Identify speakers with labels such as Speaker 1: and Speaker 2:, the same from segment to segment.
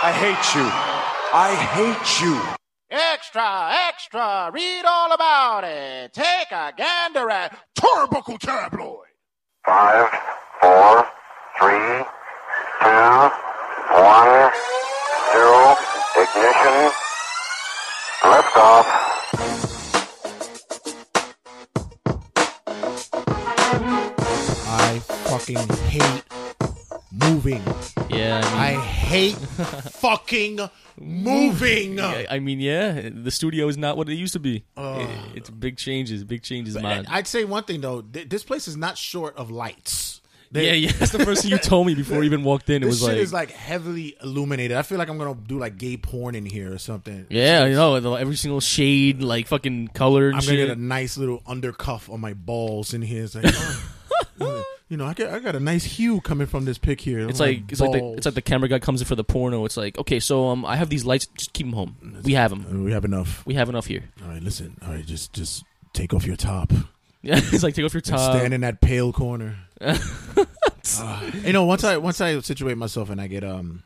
Speaker 1: I hate you. I hate you.
Speaker 2: Extra, extra, read all about it. Take a gander at Turbuckle Tabloid.
Speaker 3: Five, four, three, two, one, zero, ignition, liftoff.
Speaker 4: I fucking hate moving.
Speaker 5: Yeah, I
Speaker 4: I
Speaker 5: mean,
Speaker 4: hate fucking moving.
Speaker 5: I, I mean, yeah, the studio is not what it used to be. It- it's big changes, big changes, man.
Speaker 4: I'd say one thing though. Th- this place is not short of lights. They-
Speaker 5: yeah, yeah, that's the first thing you told me before you even walked in. It was
Speaker 4: This shit
Speaker 5: like,
Speaker 4: is like heavily illuminated. I feel like I'm gonna do like gay porn in here or something.
Speaker 5: yeah, you know, the- every single shade, like fucking color and
Speaker 4: I'm gonna
Speaker 5: shit.
Speaker 4: get a nice little undercuff on my balls in here. It's like, oh, you know, I got I got a nice hue coming from this pic here. Oh,
Speaker 5: it's like it's like the, it's like the camera guy comes in for the porno. It's like, okay, so um, I have these lights. Just keep them home. We have them.
Speaker 4: Uh, we have enough.
Speaker 5: We have enough here.
Speaker 4: All right, listen. All right, just just take off your top.
Speaker 5: Yeah, it's like take off your top.
Speaker 4: stand in that pale corner. Um, Ah. you know, once I once I situate myself and I get um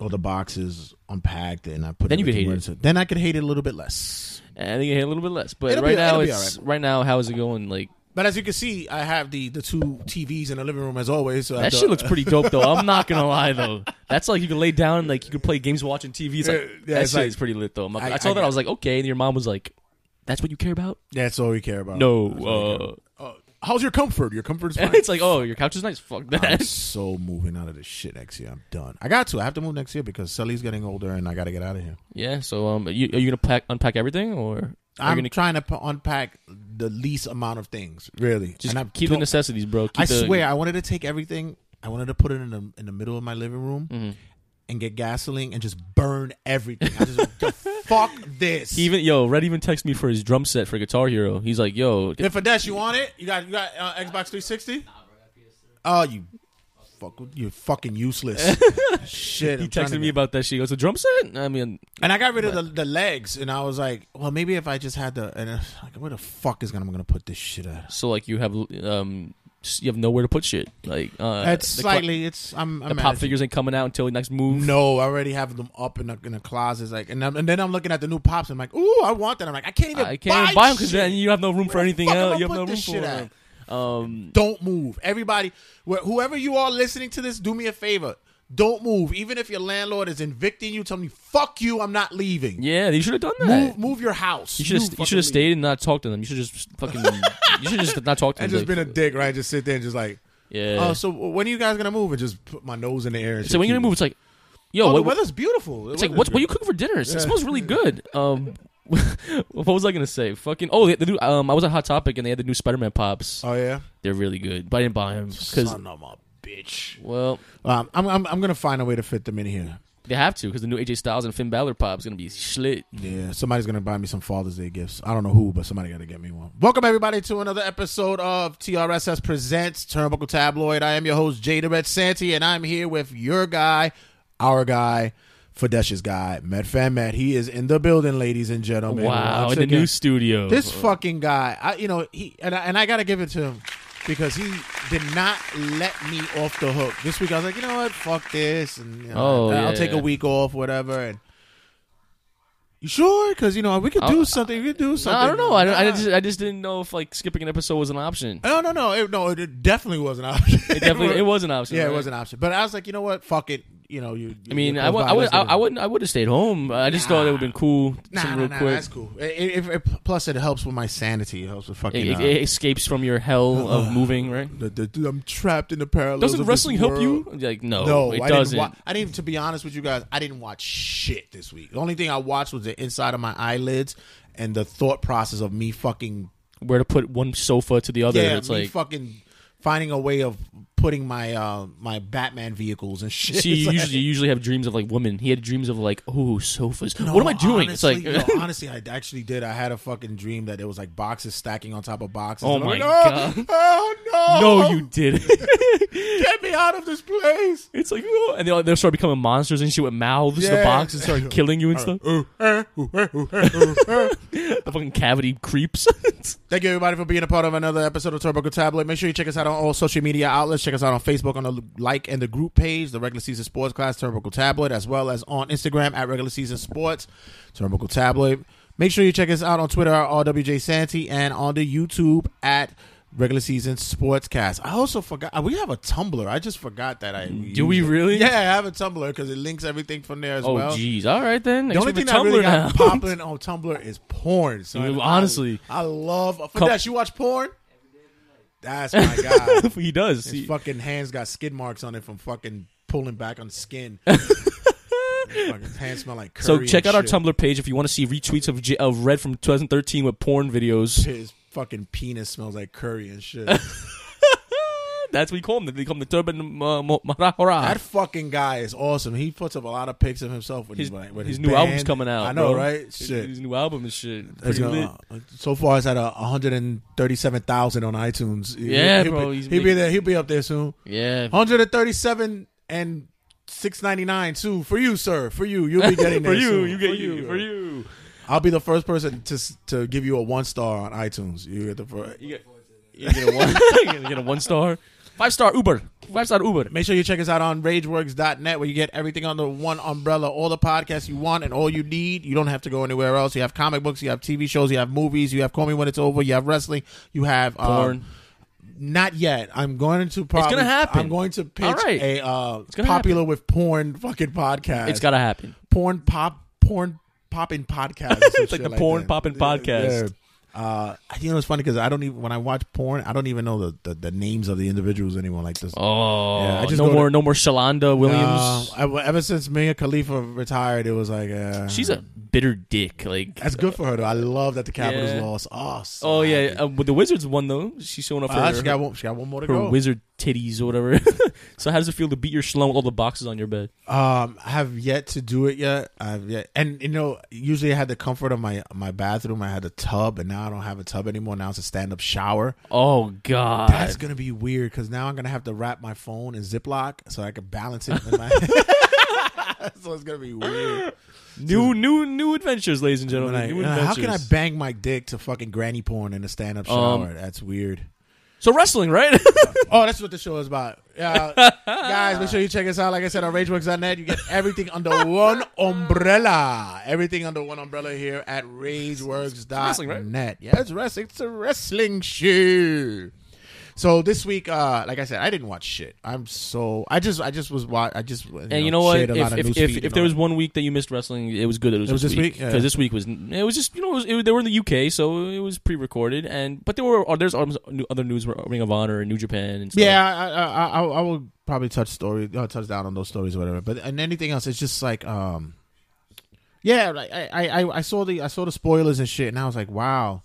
Speaker 4: all the boxes unpacked and I put
Speaker 5: Then you could
Speaker 4: everything
Speaker 5: hate
Speaker 4: where
Speaker 5: it.
Speaker 4: it's- then I could hate it a little bit less.
Speaker 5: And I think it hit a little bit less, but
Speaker 4: It'll
Speaker 5: right
Speaker 4: be- it'll
Speaker 5: now
Speaker 4: be
Speaker 5: it's
Speaker 4: alright.
Speaker 5: right now. How is it going? Like
Speaker 4: But as you can see, I have the the two TVs in the living room as always. So I
Speaker 5: that
Speaker 4: have to-
Speaker 5: shit looks pretty dope, though. I'm not gonna lie, though. That's like you can lay down, and, like you can play games watching TV. It's like,
Speaker 4: Yeah, yeah,
Speaker 5: that
Speaker 4: it's
Speaker 5: shit
Speaker 4: like-
Speaker 5: is pretty lit, though. I'm not- i
Speaker 4: I-
Speaker 5: saw
Speaker 4: I-
Speaker 5: that, I was like, okay. And your mom was like, "That's what you care about?"
Speaker 4: That's all we care about. That's all we care
Speaker 5: No.
Speaker 4: about. Uh, how's your comfort? Your comfort's
Speaker 5: Uh,
Speaker 4: fine.
Speaker 5: it's like, oh, your couch is nice. Fuck
Speaker 4: I'm
Speaker 5: that.
Speaker 4: so moving out of this shit next year. I'm done. I got to. I have to move next year because Sully's getting older and I got to get out of here.
Speaker 5: yeah. So, um, you, are you gonna pack, unpack everything, or are
Speaker 4: I'm
Speaker 5: you gonna
Speaker 4: trying to p- unpack the least amount of things, really.
Speaker 5: just
Speaker 4: And I've
Speaker 5: keep the
Speaker 4: told-
Speaker 5: necessities, bro? Keep
Speaker 4: I
Speaker 5: the-
Speaker 4: swear, I wanted to take everything. I wanted to put it in the in the middle of my living room
Speaker 5: Mm-hmm.
Speaker 4: and get gasoline and just burn everything. I just went, "The fuck this.
Speaker 5: He even yo, Red even texted me for his drum set for Guitar Hero. He's like, yo, get-
Speaker 4: Infidesh, you want it? You got you got uh, Xbox 360? Oh, you fuck, you're fucking useless. Shit.
Speaker 5: he
Speaker 4: I'm trying to
Speaker 5: texted me
Speaker 4: get-
Speaker 5: about that shit. He goes, a drum set? I mean,
Speaker 4: and I got rid of the, the legs, and I was like, well, maybe if I just had the and uh, like, where the fuck is gonna I'm gonna put this shit at?
Speaker 5: so like you have um, s- you have nowhere to put shit. Like, uh,
Speaker 4: That's
Speaker 5: the cl-
Speaker 4: slightly. it's I'm. I'm
Speaker 5: the
Speaker 4: mad
Speaker 5: pop
Speaker 4: at you.
Speaker 5: figures ain't coming out until next move.
Speaker 4: No, I already have them up in the, in the closets. Like, and, I'm, and then I'm looking at the new pops. And I'm like, ooh, I want that. I'm like, I can't even.
Speaker 5: I can't
Speaker 4: buy
Speaker 5: buy them because
Speaker 4: shit.
Speaker 5: then you have no room for
Speaker 4: Where the
Speaker 5: anything
Speaker 4: fuck am I
Speaker 5: else. You have
Speaker 4: put
Speaker 5: no room
Speaker 4: this
Speaker 5: for
Speaker 4: shit
Speaker 5: it. Um,
Speaker 4: don't move. Everybody, wh- whoever you are listening to this, do me a favor. Don't move. Even if your landlord is evicting you, tell me, fuck you, I'm not leaving.
Speaker 5: yeah, you should have done that.
Speaker 4: Move, move your house.
Speaker 5: You should have you should have
Speaker 4: fucking
Speaker 5: stayed and not talked to them. You should just fucking you should just not talk to
Speaker 4: leave.
Speaker 5: them.
Speaker 4: And just
Speaker 5: like,
Speaker 4: been a dick, right? Just sit there and just like,
Speaker 5: yeah.
Speaker 4: oh, so when are you guys gonna move? And just put my nose in the air. And
Speaker 5: so when you gonna move? It's like, yo,
Speaker 4: Oh, the
Speaker 5: what,
Speaker 4: weather's beautiful.
Speaker 5: it's like what what are you cooking for dinner? It smells really good. Um, what was I gonna say? Fucking oh, the, the new, um, I was on Hot Topic and they had the new Spider Man pops.
Speaker 4: Oh yeah,
Speaker 5: They're really good, but I didn't buy them because
Speaker 4: son of a bitch.
Speaker 5: well,
Speaker 4: Um, I'm, I'm I'm gonna find a way to fit them in here.
Speaker 5: they have to because the new AJ Styles and Finn Balor pop is gonna be slit.
Speaker 4: Yeah, somebody's gonna buy me some Father's Day gifts. I don't know who, but somebody gotta get me one. Welcome everybody to another episode of TRSS Presents Turnbuckle Tabloid. I am your host Jada Red Santi, and I'm here with your guy, our guy, Fadesh's guy, Matt Fan Matt. He is in the building, ladies and gentlemen.
Speaker 5: Wow,
Speaker 4: Once
Speaker 5: in the
Speaker 4: again,
Speaker 5: new studio.
Speaker 4: This fucking guy, I you know he and I, and I gotta give it to him because he did not let me off the hook this week. I was like, you know what, fuck this, and you
Speaker 5: Oh,
Speaker 4: know, I'll
Speaker 5: yeah,
Speaker 4: take a
Speaker 5: yeah.
Speaker 4: week off, whatever. And you sure? Because you know we could do something. We could do
Speaker 5: No,
Speaker 4: something.
Speaker 5: I don't know. I, don't- I
Speaker 4: Nah.
Speaker 5: just I just didn't know if like skipping an episode was an option.
Speaker 4: No, no, no, it, no! It definitely was an option.
Speaker 5: It definitely it was an option.
Speaker 4: Yeah, it
Speaker 5: right?
Speaker 4: was an option. But I was like, you know what? Fuck it. You know, you.
Speaker 5: I mean, I would, I would, I, I wouldn't, I would have stayed home. I just thought it would have been cool,
Speaker 4: Nah,
Speaker 5: something
Speaker 4: nah,
Speaker 5: real
Speaker 4: nah,
Speaker 5: quick.
Speaker 4: that's cool. It, it, it, plus, it helps with my sanity. It helps with fucking.
Speaker 5: It,
Speaker 4: uh,
Speaker 5: it- it escapes from your hell of moving, right?
Speaker 4: The- the- the- I'm trapped in the parallels.
Speaker 5: Doesn't
Speaker 4: of this
Speaker 5: wrestling help
Speaker 4: world.
Speaker 5: you? Like, no,
Speaker 4: No,
Speaker 5: it
Speaker 4: I
Speaker 5: doesn't.
Speaker 4: Didn't wa- I didn't. To be honest with you guys, I didn't watch shit this week. The only thing I watched was the inside of my eyelids and the thought process of me fucking
Speaker 5: Where to put one sofa to the other?
Speaker 4: yeah,
Speaker 5: it's
Speaker 4: me
Speaker 5: like,
Speaker 4: fucking finding a way of putting my uh, my Batman vehicles and shit.
Speaker 5: see, you
Speaker 4: It's like-
Speaker 5: usually, you usually have dreams of like women. He had dreams of like, oh, sofas. what am I doing?
Speaker 4: Honestly,
Speaker 5: it's like,
Speaker 4: no, honestly, I actually did. I had a fucking dream that it was like boxes stacking on top of boxes.
Speaker 5: Oh
Speaker 4: And I'm
Speaker 5: my God.
Speaker 4: like, Oh, oh no!
Speaker 5: no, you did. not
Speaker 4: get me out of this place.
Speaker 5: it's like, oh, and they'll, they'll start becoming monsters and shit with mouths. The
Speaker 4: Yeah.
Speaker 5: boxes start killing you and stuff. the fucking cavity creeps.
Speaker 4: Thank you, everybody, for being a part of another episode of Turbo Tablet. Make sure you check us out on all social media outlets. Check Check us out on Facebook on the like and the group page, the regular season sports class, Turnbuckle Tabloid, as well as on Instagram at regular season sports, Turnbuckle Tabloid. Make sure you check us out on Twitter at RWJ Santee and on the YouTube at regular season sportscast. I also forgot we have a Tumblr. I just forgot that I
Speaker 5: Do we really?
Speaker 4: Yeah, I have a Tumblr because it links everything from there as
Speaker 5: Oh,
Speaker 4: well.
Speaker 5: jeez. All right then.
Speaker 4: The only thing that really got popping on Tumblr is porn. son.
Speaker 5: Dude, honestly.
Speaker 4: I, I love. Fidesh,
Speaker 5: Couple-
Speaker 4: you watch porn? That's my guy.
Speaker 5: he does.
Speaker 4: His
Speaker 5: He-
Speaker 4: fucking hands got skid marks on it from fucking pulling back on skin. fucking hands smell like curry.
Speaker 5: so check out
Speaker 4: and
Speaker 5: our
Speaker 4: shit.
Speaker 5: Tumblr page if you want to see retweets of, J- of Red from 2013 with porn videos.
Speaker 4: His fucking penis smells like curry and shit.
Speaker 5: That's what we call them. They call them the Turban uh, Mo- Marahora.
Speaker 4: that fucking guy is awesome. He puts up a lot of pics of himself with his,
Speaker 5: His,
Speaker 4: with
Speaker 5: his
Speaker 4: his
Speaker 5: new
Speaker 4: band.
Speaker 5: album's coming out.
Speaker 4: I know,
Speaker 5: bro.
Speaker 4: right? Shit.
Speaker 5: His new album and shit.
Speaker 4: It's
Speaker 5: Pretty lit.
Speaker 4: gonna- uh, so far, it's at a hundred and thirty-seven thousand on iTunes.
Speaker 5: Yeah,
Speaker 4: he'll,
Speaker 5: bro,
Speaker 4: Be,
Speaker 5: he's
Speaker 4: he'll be
Speaker 5: making-
Speaker 4: there. He'll be up there soon.
Speaker 5: Yeah.
Speaker 4: Hundred and thirty-seven and six ninety-nine too for you, sir. For you, you'll be getting
Speaker 5: for
Speaker 4: there
Speaker 5: you,
Speaker 4: soon.
Speaker 5: you get you, for you.
Speaker 4: I'll be the first person to s- to give you a one star on iTunes. You get the first.
Speaker 5: You get a one. you gonna get a one star, five star Uber, five star Uber.
Speaker 4: Make sure you check us out on rageworks.net where you get everything under one umbrella, all the podcasts you want and all you need. You don't have to go anywhere else. You have comic books, you have TV shows, you have movies, you have Call Me When It's Over, you have wrestling, you have um,
Speaker 5: Porn.
Speaker 4: Not yet. I'm going to probably.
Speaker 5: gonna happen.
Speaker 4: I'm going to pitch
Speaker 5: All right.
Speaker 4: a uh,
Speaker 5: gonna
Speaker 4: popular with porn fucking podcast.
Speaker 5: it's gotta happen.
Speaker 4: porn pop porn popping podcast. or some
Speaker 5: It's like
Speaker 4: shit
Speaker 5: the porn
Speaker 4: that.
Speaker 5: poppin' podcast.
Speaker 4: Yeah. Uh, you know it's funny because I don't even when I watch porn, I don't even know the, the, the names of the individuals anymore. Like this,
Speaker 5: Oh,
Speaker 4: Yeah, I just
Speaker 5: no
Speaker 4: go
Speaker 5: more, no more Shalonda
Speaker 4: Uh,
Speaker 5: Williams.
Speaker 4: I- ever since Mia Khalifa retired, it was like uh,
Speaker 5: She's a bitter dick. Like,
Speaker 4: that's good for her though. I love that the Capitals
Speaker 5: Yeah.
Speaker 4: lost. Oh, so
Speaker 5: oh yeah,
Speaker 4: happy.
Speaker 5: uh, but the Wizards won though. She's showing up for
Speaker 4: Uh,
Speaker 5: her,
Speaker 4: she got one. She got one more to
Speaker 5: her
Speaker 4: go.
Speaker 5: wizard titties or whatever. so how does it feel to beat your schlong with all the boxes on your bed?
Speaker 4: Um, I have yet to do it yet. I've yet, and you know, usually I had the comfort of my my bathroom. I had a tub, and now I don't have a tub anymore. Now it's a stand up shower.
Speaker 5: Oh god,
Speaker 4: That's gonna be weird because now I'm gonna have to wrap my phone in Ziploc so I can balance it. In my so it's gonna be weird.
Speaker 5: new, new, new adventures, ladies and
Speaker 4: When
Speaker 5: gentlemen.
Speaker 4: I-
Speaker 5: new
Speaker 4: uh,
Speaker 5: adventures.
Speaker 4: how can I bang my dick to fucking granny porn in a stand up shower? That's weird.
Speaker 5: so wrestling, right?
Speaker 4: Oh, that's what the show is about. Yeah, guys, make sure you check us out. Like I said, on RageWorks.net, you get everything under one umbrella. Everything under one umbrella here at
Speaker 5: wrestling, right?
Speaker 4: RageWorks.net. Yeah, it's wrestling. It's a wrestling show. So this week, uh, like I said, I didn't watch shit. I'm so I just I just was wa- I just you
Speaker 5: And you know what?
Speaker 4: shared a
Speaker 5: If,
Speaker 4: lot of
Speaker 5: if,
Speaker 4: news
Speaker 5: if,
Speaker 4: feed
Speaker 5: if
Speaker 4: and
Speaker 5: there
Speaker 4: all
Speaker 5: was
Speaker 4: that.
Speaker 5: one week that you missed wrestling, it was good. It was,
Speaker 4: was this week?
Speaker 5: because
Speaker 4: Yeah.
Speaker 5: this week was it was just you know it was, it, they were in the UK, so it was pre-recorded. And but there were there's other news Ring of Honor and New Japan and stuff.
Speaker 4: Yeah, I, I, I, I will probably touch story, uh, touch down on those stories or whatever. But and anything else, it's just like, um, yeah, like, I, I, I- I saw the, I saw the spoilers and shit, and I was like, wow,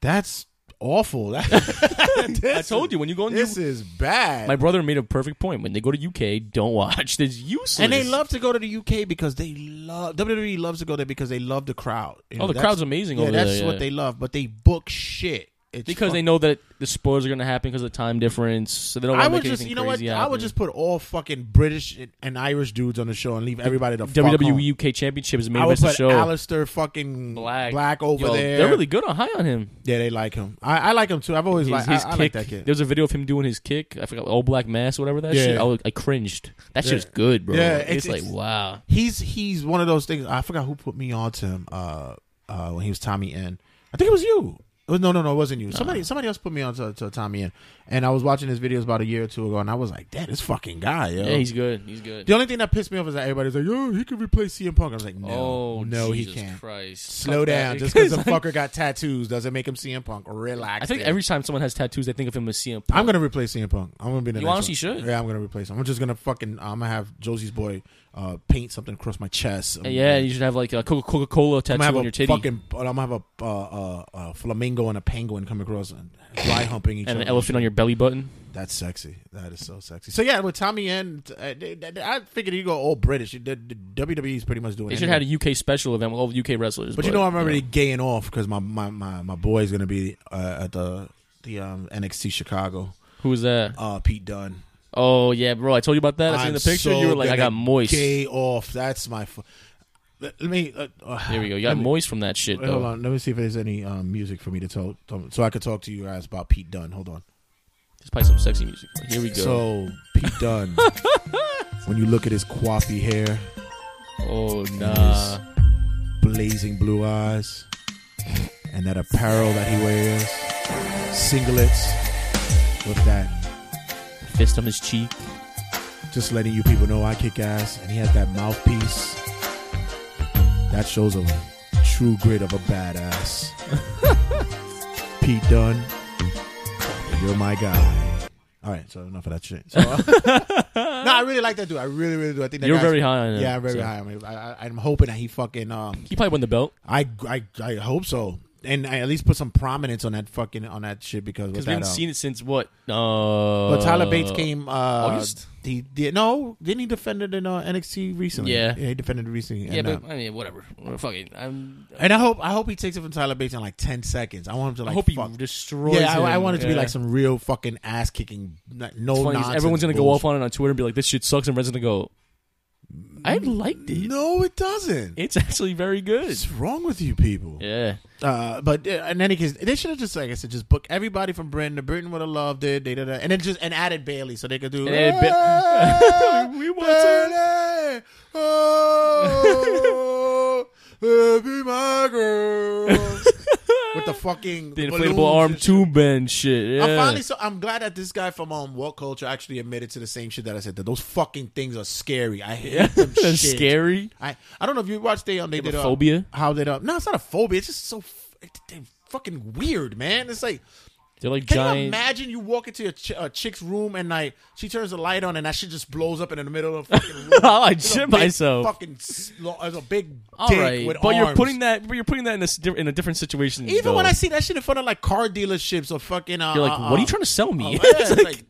Speaker 4: that's awful.
Speaker 5: I told you when you go in
Speaker 4: this
Speaker 5: the
Speaker 4: is bad.
Speaker 5: my brother made a perfect point. When they go to UK, don't watch. It's useless.
Speaker 4: and they love to go to the UK because they love WWE loves to go there because they love the crowd. You
Speaker 5: Oh, the
Speaker 4: that's-
Speaker 5: crowd's amazing
Speaker 4: Yeah,
Speaker 5: over
Speaker 4: that's
Speaker 5: there,
Speaker 4: what
Speaker 5: yeah.
Speaker 4: they love, but they book shit. It's
Speaker 5: because
Speaker 4: fuck-
Speaker 5: they know that the spoilers are going to happen because of the time difference. So they don't. wanna
Speaker 4: I
Speaker 5: make
Speaker 4: would just,
Speaker 5: anything
Speaker 4: you know what?
Speaker 5: crazy
Speaker 4: I
Speaker 5: happen.
Speaker 4: would just put all fucking British and- and Irish dudes on the show and leave everybody the fuck home.
Speaker 5: WWE UK Championship E is main
Speaker 4: I would
Speaker 5: event of
Speaker 4: put
Speaker 5: the show.
Speaker 4: Alistair fucking Black, over
Speaker 5: Yo,
Speaker 4: there.
Speaker 5: They're really good on high on him.
Speaker 4: yeah, they like him. I, I like him too. I've always
Speaker 5: His,
Speaker 4: liked
Speaker 5: his
Speaker 4: I,
Speaker 5: kick.
Speaker 4: I like that kid.
Speaker 5: There's a video of him doing his kick. I forgot all black mass, whatever that
Speaker 4: Yeah.
Speaker 5: shit. I, was- I cringed. That shit's good, bro.
Speaker 4: Yeah,
Speaker 5: it's,
Speaker 4: it's-
Speaker 5: like
Speaker 4: it's-
Speaker 5: wow.
Speaker 4: He's he's one of those things. I forgot who put me on to him. Uh, uh, when he was Tommy N. I think it was you. It was- No, no, no, it wasn't you. Somebody, somebody else put me on to, to Tommy N. And I was watching his videos about a year or two ago, and I was like, "Damn, this fucking guy, yo."
Speaker 5: Yeah, he's good. He's good.
Speaker 4: the only thing that pissed me off is that everybody's like, "Yo, he could replace CM Punk." I was like, "No,
Speaker 5: oh
Speaker 4: no,
Speaker 5: Jesus
Speaker 4: he can't."
Speaker 5: Christ.
Speaker 4: Slow
Speaker 5: Cut that.
Speaker 4: down. Just because the fucker got tattoos doesn't make him CM Punk. Relax.
Speaker 5: I think
Speaker 4: dude.
Speaker 5: every time someone has tattoos, they think of him as CM. Punk.
Speaker 4: I'm gonna replace CM Punk. I'm gonna be the
Speaker 5: You
Speaker 4: next
Speaker 5: honestly
Speaker 2: one.
Speaker 5: should.
Speaker 4: Yeah, I'm gonna replace him. I'm just gonna fucking. I'm gonna have Josie's boy uh, paint something across my chest. I'm,
Speaker 5: Uh, Yeah, you should have like a Coca Cola
Speaker 4: I'm
Speaker 5: tattoo
Speaker 4: gonna have
Speaker 5: on
Speaker 4: a
Speaker 5: your titty
Speaker 4: fucking. I'm gonna have a uh, uh, uh, flamingo and a penguin come across and dry humping each
Speaker 5: and
Speaker 4: other.
Speaker 5: an elephant on your belly button.
Speaker 4: That's sexy. That is so sexy. So yeah, with Tommy and uh, they- they- I figured you go all British. The, the WWE is pretty much doing.
Speaker 5: They should
Speaker 4: anyway.
Speaker 5: have had a UK special event with all the UK wrestlers.
Speaker 4: But you know, I'm already gaying off because my my my my boy's gonna be uh, at the the um, NXT Chicago.
Speaker 5: who is that?
Speaker 4: Uh, Pete Dunn.
Speaker 5: Oh yeah, bro. I told you about that. I seen
Speaker 4: I'm
Speaker 5: the picture.
Speaker 4: so
Speaker 5: you were like, I
Speaker 4: gonna
Speaker 5: got moist.
Speaker 4: Gay off. That's my. Fu- let, let me. Uh, uh,
Speaker 5: There we go. You got moist from that shit.
Speaker 4: wait, hold
Speaker 5: Though.
Speaker 4: on. Let me see if there's any um, music for me to tell, tell- so I could talk to you guys about Pete Dunn. Hold on.
Speaker 5: Just play some sexy music. Here we go.
Speaker 4: So Pete Dunn, when you look at his quaffy hair,
Speaker 5: oh nah.
Speaker 4: Uh, blazing blue eyes, and that apparel that he wears, singlets with that,
Speaker 5: Fist on his cheek.
Speaker 4: just letting you people know I kick ass, and he has that mouthpiece. That shows a true grit of a badass. Pete Dunn, you're my guy. All right, so enough of that shit. So, no, I really like that dude. I really, really do. I think that
Speaker 5: You're
Speaker 4: guy's-
Speaker 5: very high on him,
Speaker 4: Yeah, I'm very
Speaker 5: so.
Speaker 4: high on him. I, I, I'm hoping that he fucking um,
Speaker 5: He probably won the belt
Speaker 4: I, I I hope so, and I at least put some prominence on that fucking on that shit because with
Speaker 5: because we
Speaker 4: that,
Speaker 5: haven't
Speaker 4: um,
Speaker 5: seen it since what? Uh,
Speaker 4: But Tyler Bates came. Uh,
Speaker 5: August?
Speaker 4: He did no. Didn't he defend it in uh, NXT recently?
Speaker 5: Yeah.
Speaker 4: he defended it recently.
Speaker 5: Yeah,
Speaker 4: and,
Speaker 5: but
Speaker 4: uh,
Speaker 5: I mean, whatever. Well, Fuck it. I'm,
Speaker 4: and I hope I hope he takes it from Tyler Bates in like ten seconds. I want him to like.
Speaker 5: I hope he
Speaker 4: fuck.
Speaker 5: destroys.
Speaker 4: Yeah,
Speaker 5: him.
Speaker 4: I, I want it to be
Speaker 5: Yeah.
Speaker 4: like some real fucking ass kicking. No
Speaker 5: It's funny, 'cause
Speaker 4: nonsense.
Speaker 5: Everyone's gonna go off
Speaker 4: bullshit.
Speaker 5: on it on Twitter and be like, "This shit sucks," and Red's gonna go, "I liked it.
Speaker 4: No, it doesn't.
Speaker 5: It's actually very good."
Speaker 4: What's wrong with you people?
Speaker 5: Yeah.
Speaker 4: Uh, but uh, in any case, they should have just like I said, just book everybody from Britain. The Britain would have loved it. They did, that. and then just and added Bailey so they could do.
Speaker 5: And added Ba-
Speaker 4: "Hey,
Speaker 5: We want
Speaker 4: Bailey, oh, uh, be my girl with the fucking
Speaker 5: The inflatable
Speaker 4: balloons
Speaker 5: arm
Speaker 4: and shit.
Speaker 5: tube bend shit. Yeah.
Speaker 4: I'm finally so I'm glad that this guy from um What Culture actually admitted to the same shit that I said that those fucking things are scary. I hate them
Speaker 5: That's
Speaker 4: shit.
Speaker 5: scary.
Speaker 4: I I don't know if you watched they um they
Speaker 5: have a
Speaker 4: did uh,
Speaker 5: phobia?
Speaker 4: how they done? No, it's not a phobia. It's just so f- it- they fucking weird, man. It's like
Speaker 5: They're like
Speaker 4: can you
Speaker 5: giant.
Speaker 4: imagine you walk into a, ch- a chick's room and like she turns the light on and that shit just blows up in the middle of the fucking room.
Speaker 5: Oh, I
Speaker 4: It's a
Speaker 5: shit
Speaker 4: big
Speaker 5: myself.
Speaker 4: Fucking s- lo- it's a big
Speaker 5: All
Speaker 4: dick
Speaker 5: right,
Speaker 4: with
Speaker 5: but you're
Speaker 4: arms.
Speaker 5: putting that, but you're putting that in a s- di- in a different situation.
Speaker 4: Even
Speaker 5: though.
Speaker 4: when I see that shit in front of like car dealerships or fucking, uh,
Speaker 5: you're like,
Speaker 4: uh,
Speaker 5: "What are
Speaker 4: uh,
Speaker 5: you trying to sell me?"
Speaker 4: Oh, yeah,
Speaker 5: it's
Speaker 4: it's
Speaker 5: like,
Speaker 4: like,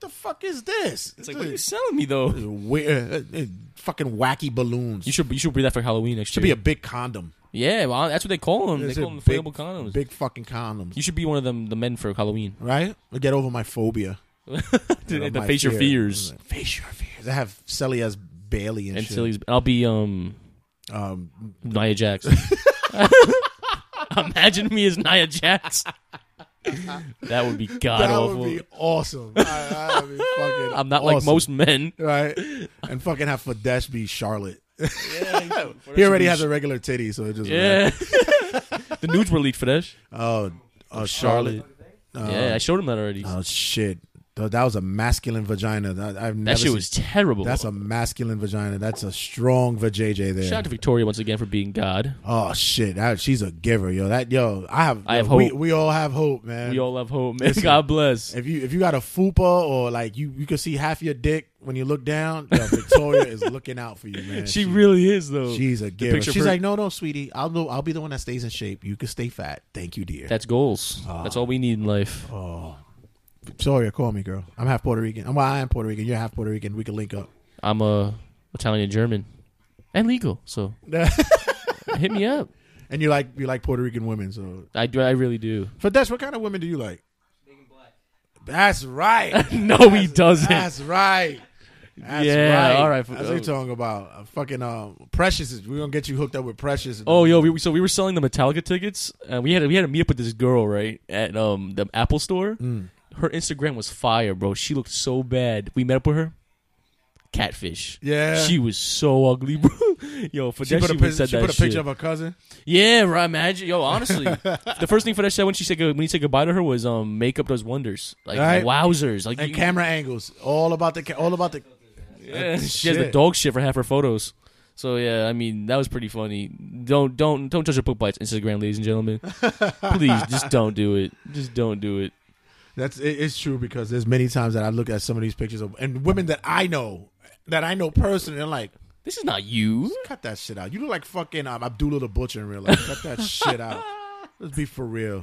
Speaker 4: the fuck is this?
Speaker 5: it's like, what are you selling me though?
Speaker 4: weird, uh, uh, fucking wacky balloons.
Speaker 5: You should you should be that for Halloween next
Speaker 4: should be
Speaker 5: year.
Speaker 4: a big condom.
Speaker 5: yeah, well, that's what they call them. They
Speaker 4: It's
Speaker 5: call
Speaker 4: a
Speaker 5: them
Speaker 4: big-
Speaker 5: inflatable condoms.
Speaker 4: Big fucking condoms.
Speaker 5: You should be one of them, the men for Halloween.
Speaker 4: right? I get over my phobia.
Speaker 5: to,
Speaker 4: Of
Speaker 5: to
Speaker 4: my
Speaker 5: face your
Speaker 4: fear.
Speaker 5: fears.
Speaker 4: Face your fears. I have Celia's Bailey and,
Speaker 5: And
Speaker 4: shit.
Speaker 5: Tilly's, I'll be um,
Speaker 4: Um,
Speaker 5: Nia Jax. Imagine me as Nia Jax. that would be god
Speaker 4: that
Speaker 5: awful.
Speaker 4: would be awesome. I- that would be fucking
Speaker 5: I'm not like
Speaker 4: awesome.
Speaker 5: most men.
Speaker 4: Right? And fucking have Fadesh be Charlotte. he already has a regular titty, so it just
Speaker 5: Yeah. the nudes were leaked for that.
Speaker 4: Oh, oh, Charlotte. Uh,
Speaker 5: yeah, I showed him that already.
Speaker 4: Oh shit. Th- That was a masculine vagina. That, I've never
Speaker 5: that shit
Speaker 4: seen-
Speaker 5: was terrible.
Speaker 4: That's a masculine vagina. That's a strong vajayjay there.
Speaker 5: Shout out to Victoria once again for being God.
Speaker 4: oh shit, that, she's a giver, yo. That yo, I have.
Speaker 5: I
Speaker 4: yo,
Speaker 5: have
Speaker 4: we,
Speaker 5: hope.
Speaker 4: We all have hope, man.
Speaker 5: We all have hope, man. God bless.
Speaker 4: if you if you got a fupa or like you you can see half your dick when you look down, yo, Victoria is looking out for you, man.
Speaker 5: She really is though.
Speaker 4: she's a
Speaker 5: The
Speaker 4: giver.
Speaker 5: picture of
Speaker 4: She's
Speaker 5: her-
Speaker 4: like, no, no, sweetie, I'll know, I'll be the one that stays in shape. You can stay fat. Thank you, dear.
Speaker 5: that's goals.
Speaker 4: Ah.
Speaker 5: that's all we need in life.
Speaker 4: Victoria, call me, girl. I'm half Puerto Rican. I'm well, I am Puerto Rican. You're half Puerto Rican. We can link up.
Speaker 5: I'm a Italian German and legal, so hit me up.
Speaker 4: and you like you like Puerto Rican women, so
Speaker 5: I do. I really do.
Speaker 4: Fadesh, what kind of women do you like? That's right.
Speaker 5: No, he doesn't.
Speaker 4: That's right. That's
Speaker 5: Yeah,
Speaker 4: right.
Speaker 5: all right,
Speaker 4: That's what you're talking about. Uh, fucking um, Precious. is- We're going to get you hooked up with Precious.
Speaker 5: Oh, yo, we, so we were selling the Metallica tickets, and we had a, we had a meet up with this girl right at um the Apple store.
Speaker 4: Mm.
Speaker 5: Her Instagram was fire, bro. She looked so bad. We met up with her. Catfish.
Speaker 4: Yeah.
Speaker 5: she was so ugly, bro. Yo, for
Speaker 4: she
Speaker 5: that
Speaker 4: put,
Speaker 5: she
Speaker 4: a,
Speaker 5: even
Speaker 4: pic-
Speaker 5: said
Speaker 4: she
Speaker 5: that
Speaker 4: put a
Speaker 5: shit.
Speaker 4: picture of her cousin.
Speaker 5: Yeah, right. Imagine, yo. Honestly, the first thing for that said when she said when he said goodbye to her was um makeup does wonders. Like
Speaker 4: Right.
Speaker 5: wowzers. Like
Speaker 4: And
Speaker 5: you-
Speaker 4: camera angles. All about the. Ca- all about the.
Speaker 5: Yeah, Eh, she has the
Speaker 4: Shit.
Speaker 5: dog shit for half her photos. So yeah, I mean that was pretty funny. Don't don't don't judge a book by its Instagram, ladies and gentlemen. Please, just don't do it. Just don't do it.
Speaker 4: That's it, it's true because there's many times that I look at some of these pictures of and women that I know that I know personally. And like,
Speaker 5: This is not you.
Speaker 4: cut that shit out. You look like fucking um, Abdullah the Butcher in real life. Cut that shit out. Let's be for real.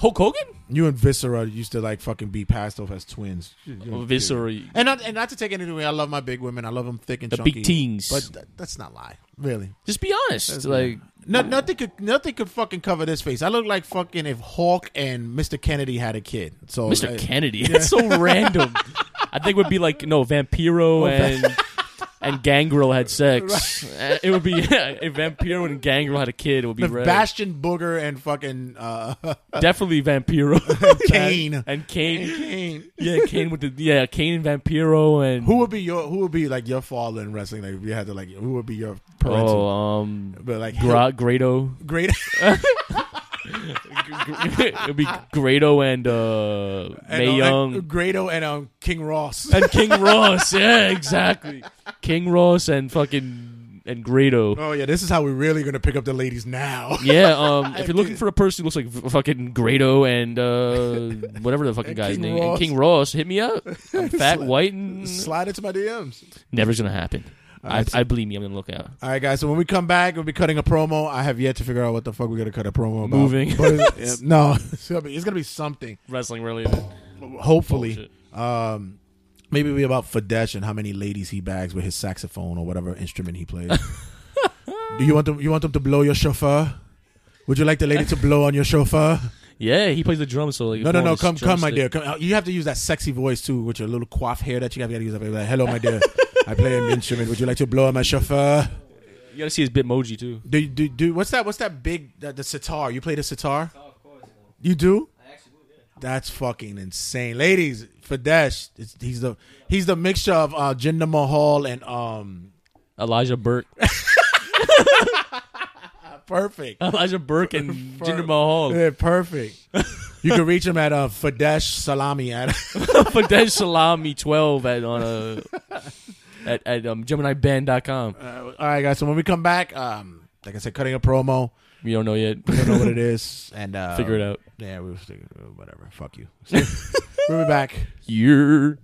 Speaker 5: Hulk Hogan.
Speaker 4: You and Viscera used to like fucking be passed off as twins.
Speaker 5: Oh, Viscera.
Speaker 4: And not, and not to take anything away, I love my big women. I love them thick and
Speaker 5: The
Speaker 4: chunky.
Speaker 5: big teens.
Speaker 4: But that, that's not lie, really.
Speaker 5: Just be honest. Like
Speaker 4: No, nothing could nothing could fucking cover this face. I look like fucking if Hawk and Mr. Kennedy had a kid. So
Speaker 5: Mr.
Speaker 4: uh,
Speaker 5: Oh, Kennedy. That's so random. I think it would be like no Vampiro and and Gangrel had sex, uh, it would be if Vampiro and Gangrel had a kid, it would be
Speaker 4: If
Speaker 5: red.
Speaker 4: Bastion Booger and fucking uh,
Speaker 5: Definitely Vampiro,
Speaker 4: Kane.
Speaker 5: and Kane.
Speaker 4: Kane.
Speaker 5: Yeah, Kane with the yeah Kane and Vampiro and
Speaker 4: Who would be your Who would be like your father in wrestling? Like if you had to like, who would be your
Speaker 5: oh
Speaker 4: parental?
Speaker 5: um
Speaker 4: but like
Speaker 5: Gra- Grado.
Speaker 4: great.
Speaker 5: It'd be Grado and uh
Speaker 4: and,
Speaker 5: May
Speaker 4: uh,
Speaker 5: Young.
Speaker 4: and Grado and um, King Ross.
Speaker 5: and King Ross. Yeah, exactly. King Ross and fucking and Grado.
Speaker 4: oh yeah, this is how we're really gonna pick up the ladies now.
Speaker 5: Yeah, um, if you're looking for a person who looks like f- fucking Grado and uh, whatever the fucking
Speaker 4: And
Speaker 5: guy's
Speaker 4: King
Speaker 5: name,
Speaker 4: Ross.
Speaker 5: and King Ross, hit me up. I'm fat, white, and
Speaker 4: Slide into my DMs.
Speaker 5: never's gonna happen. I, I believe me. I'm gonna look out.
Speaker 4: All right, guys. So when we come back, we'll be cutting a promo. I have yet to figure out what the fuck we're gonna cut a promo about.
Speaker 5: Moving.
Speaker 4: But it's- yeah, no, it's gonna, be, it's gonna be something.
Speaker 5: Wrestling related.
Speaker 4: Hopefully, um, maybe it'll be about Fadesh and how many ladies he bags with his saxophone or whatever instrument he plays. Do you want them? You want them to blow your chauffeur? Would you like the lady to blow on your chauffeur?
Speaker 5: Yeah, he plays the drums. So like,
Speaker 4: No,
Speaker 5: if
Speaker 4: no,
Speaker 5: you
Speaker 4: no.
Speaker 5: want
Speaker 4: Come,
Speaker 5: this
Speaker 4: come, my dear.
Speaker 5: drumstick-
Speaker 4: Come. uh, You have to use that sexy voice too, with your little coif hair that you have. You gotta use that. Like, Hello, my dear. I play an instrument. Would you like to blow on my chauffeur?
Speaker 5: You gotta see his Bitmoji too.
Speaker 4: Do do do? What's that? What's that big? That, the sitar. You play the sitar? You do? That's fucking insane, ladies. Fadesh, it's, he's the he's the mixture of uh, Jinder Mahal and um.
Speaker 5: Elijah Burke,
Speaker 4: Perfect.
Speaker 5: Elijah Burke, and Jinder Mahal.
Speaker 4: Yeah, perfect. you can reach him at uh, Fadesh Salami at.
Speaker 5: Fidesz Salami twelve at on a at at um, GeminiBand.com.
Speaker 4: All right, guys. So when we come back, um, like I said, cutting a promo.
Speaker 5: We don't know yet.
Speaker 4: don't know what it is and uh,
Speaker 5: Figure it out.
Speaker 4: Yeah, we'll figure it out. Whatever. Fuck you. we'll be back.
Speaker 5: You're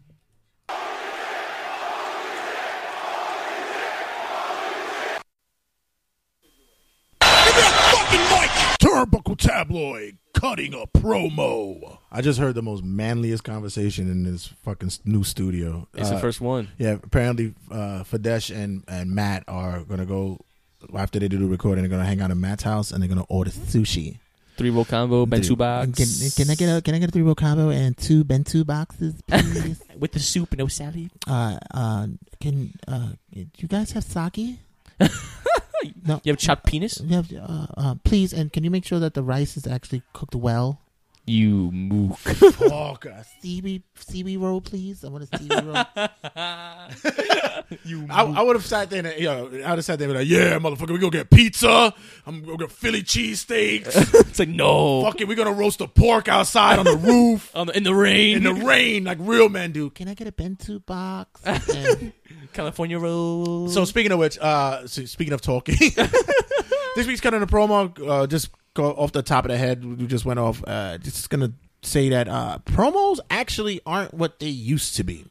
Speaker 4: Turnbuckle Tabloid cutting a promo. I just heard the most manliest conversation in this fucking s- new studio.
Speaker 5: it's
Speaker 4: Uh,
Speaker 5: the first one.
Speaker 4: Yeah, apparently uh, Fadesh and, and Matt are going to go, after they do the recording, they're going to hang out at Matt's house and they're going to order sushi.
Speaker 5: Three roll combo, bento box.
Speaker 6: Can, can I get a can I get a three roll combo and two bento boxes, please?
Speaker 5: with the soup, no salad?
Speaker 6: uh, uh, can uh, you guys have sake? no,
Speaker 5: You have chopped penis?
Speaker 6: you have, uh, uh, please, and can you make sure that the rice is actually cooked well?
Speaker 5: You mook.
Speaker 4: Fuck us.
Speaker 6: Seaweed, seaweed roll, please. I want a seaweed roll.
Speaker 4: I, I would have sat there and you know, I would have sat there and be like, yeah, motherfucker, we go get pizza. I'm going to get Philly cheesesteaks.
Speaker 5: it's like no.
Speaker 4: Fuck it, we're going to roast a pork outside on the roof.
Speaker 5: On the- in the rain.
Speaker 4: in the rain like real men do.
Speaker 6: Can I get a bento box? And
Speaker 5: California roll.
Speaker 4: So speaking of which, uh, so speaking of talking, this week's kind of the promo. Uh, just go off the top of the head, we just went off. Uh, just gonna say that uh, promos actually aren't what they used to be.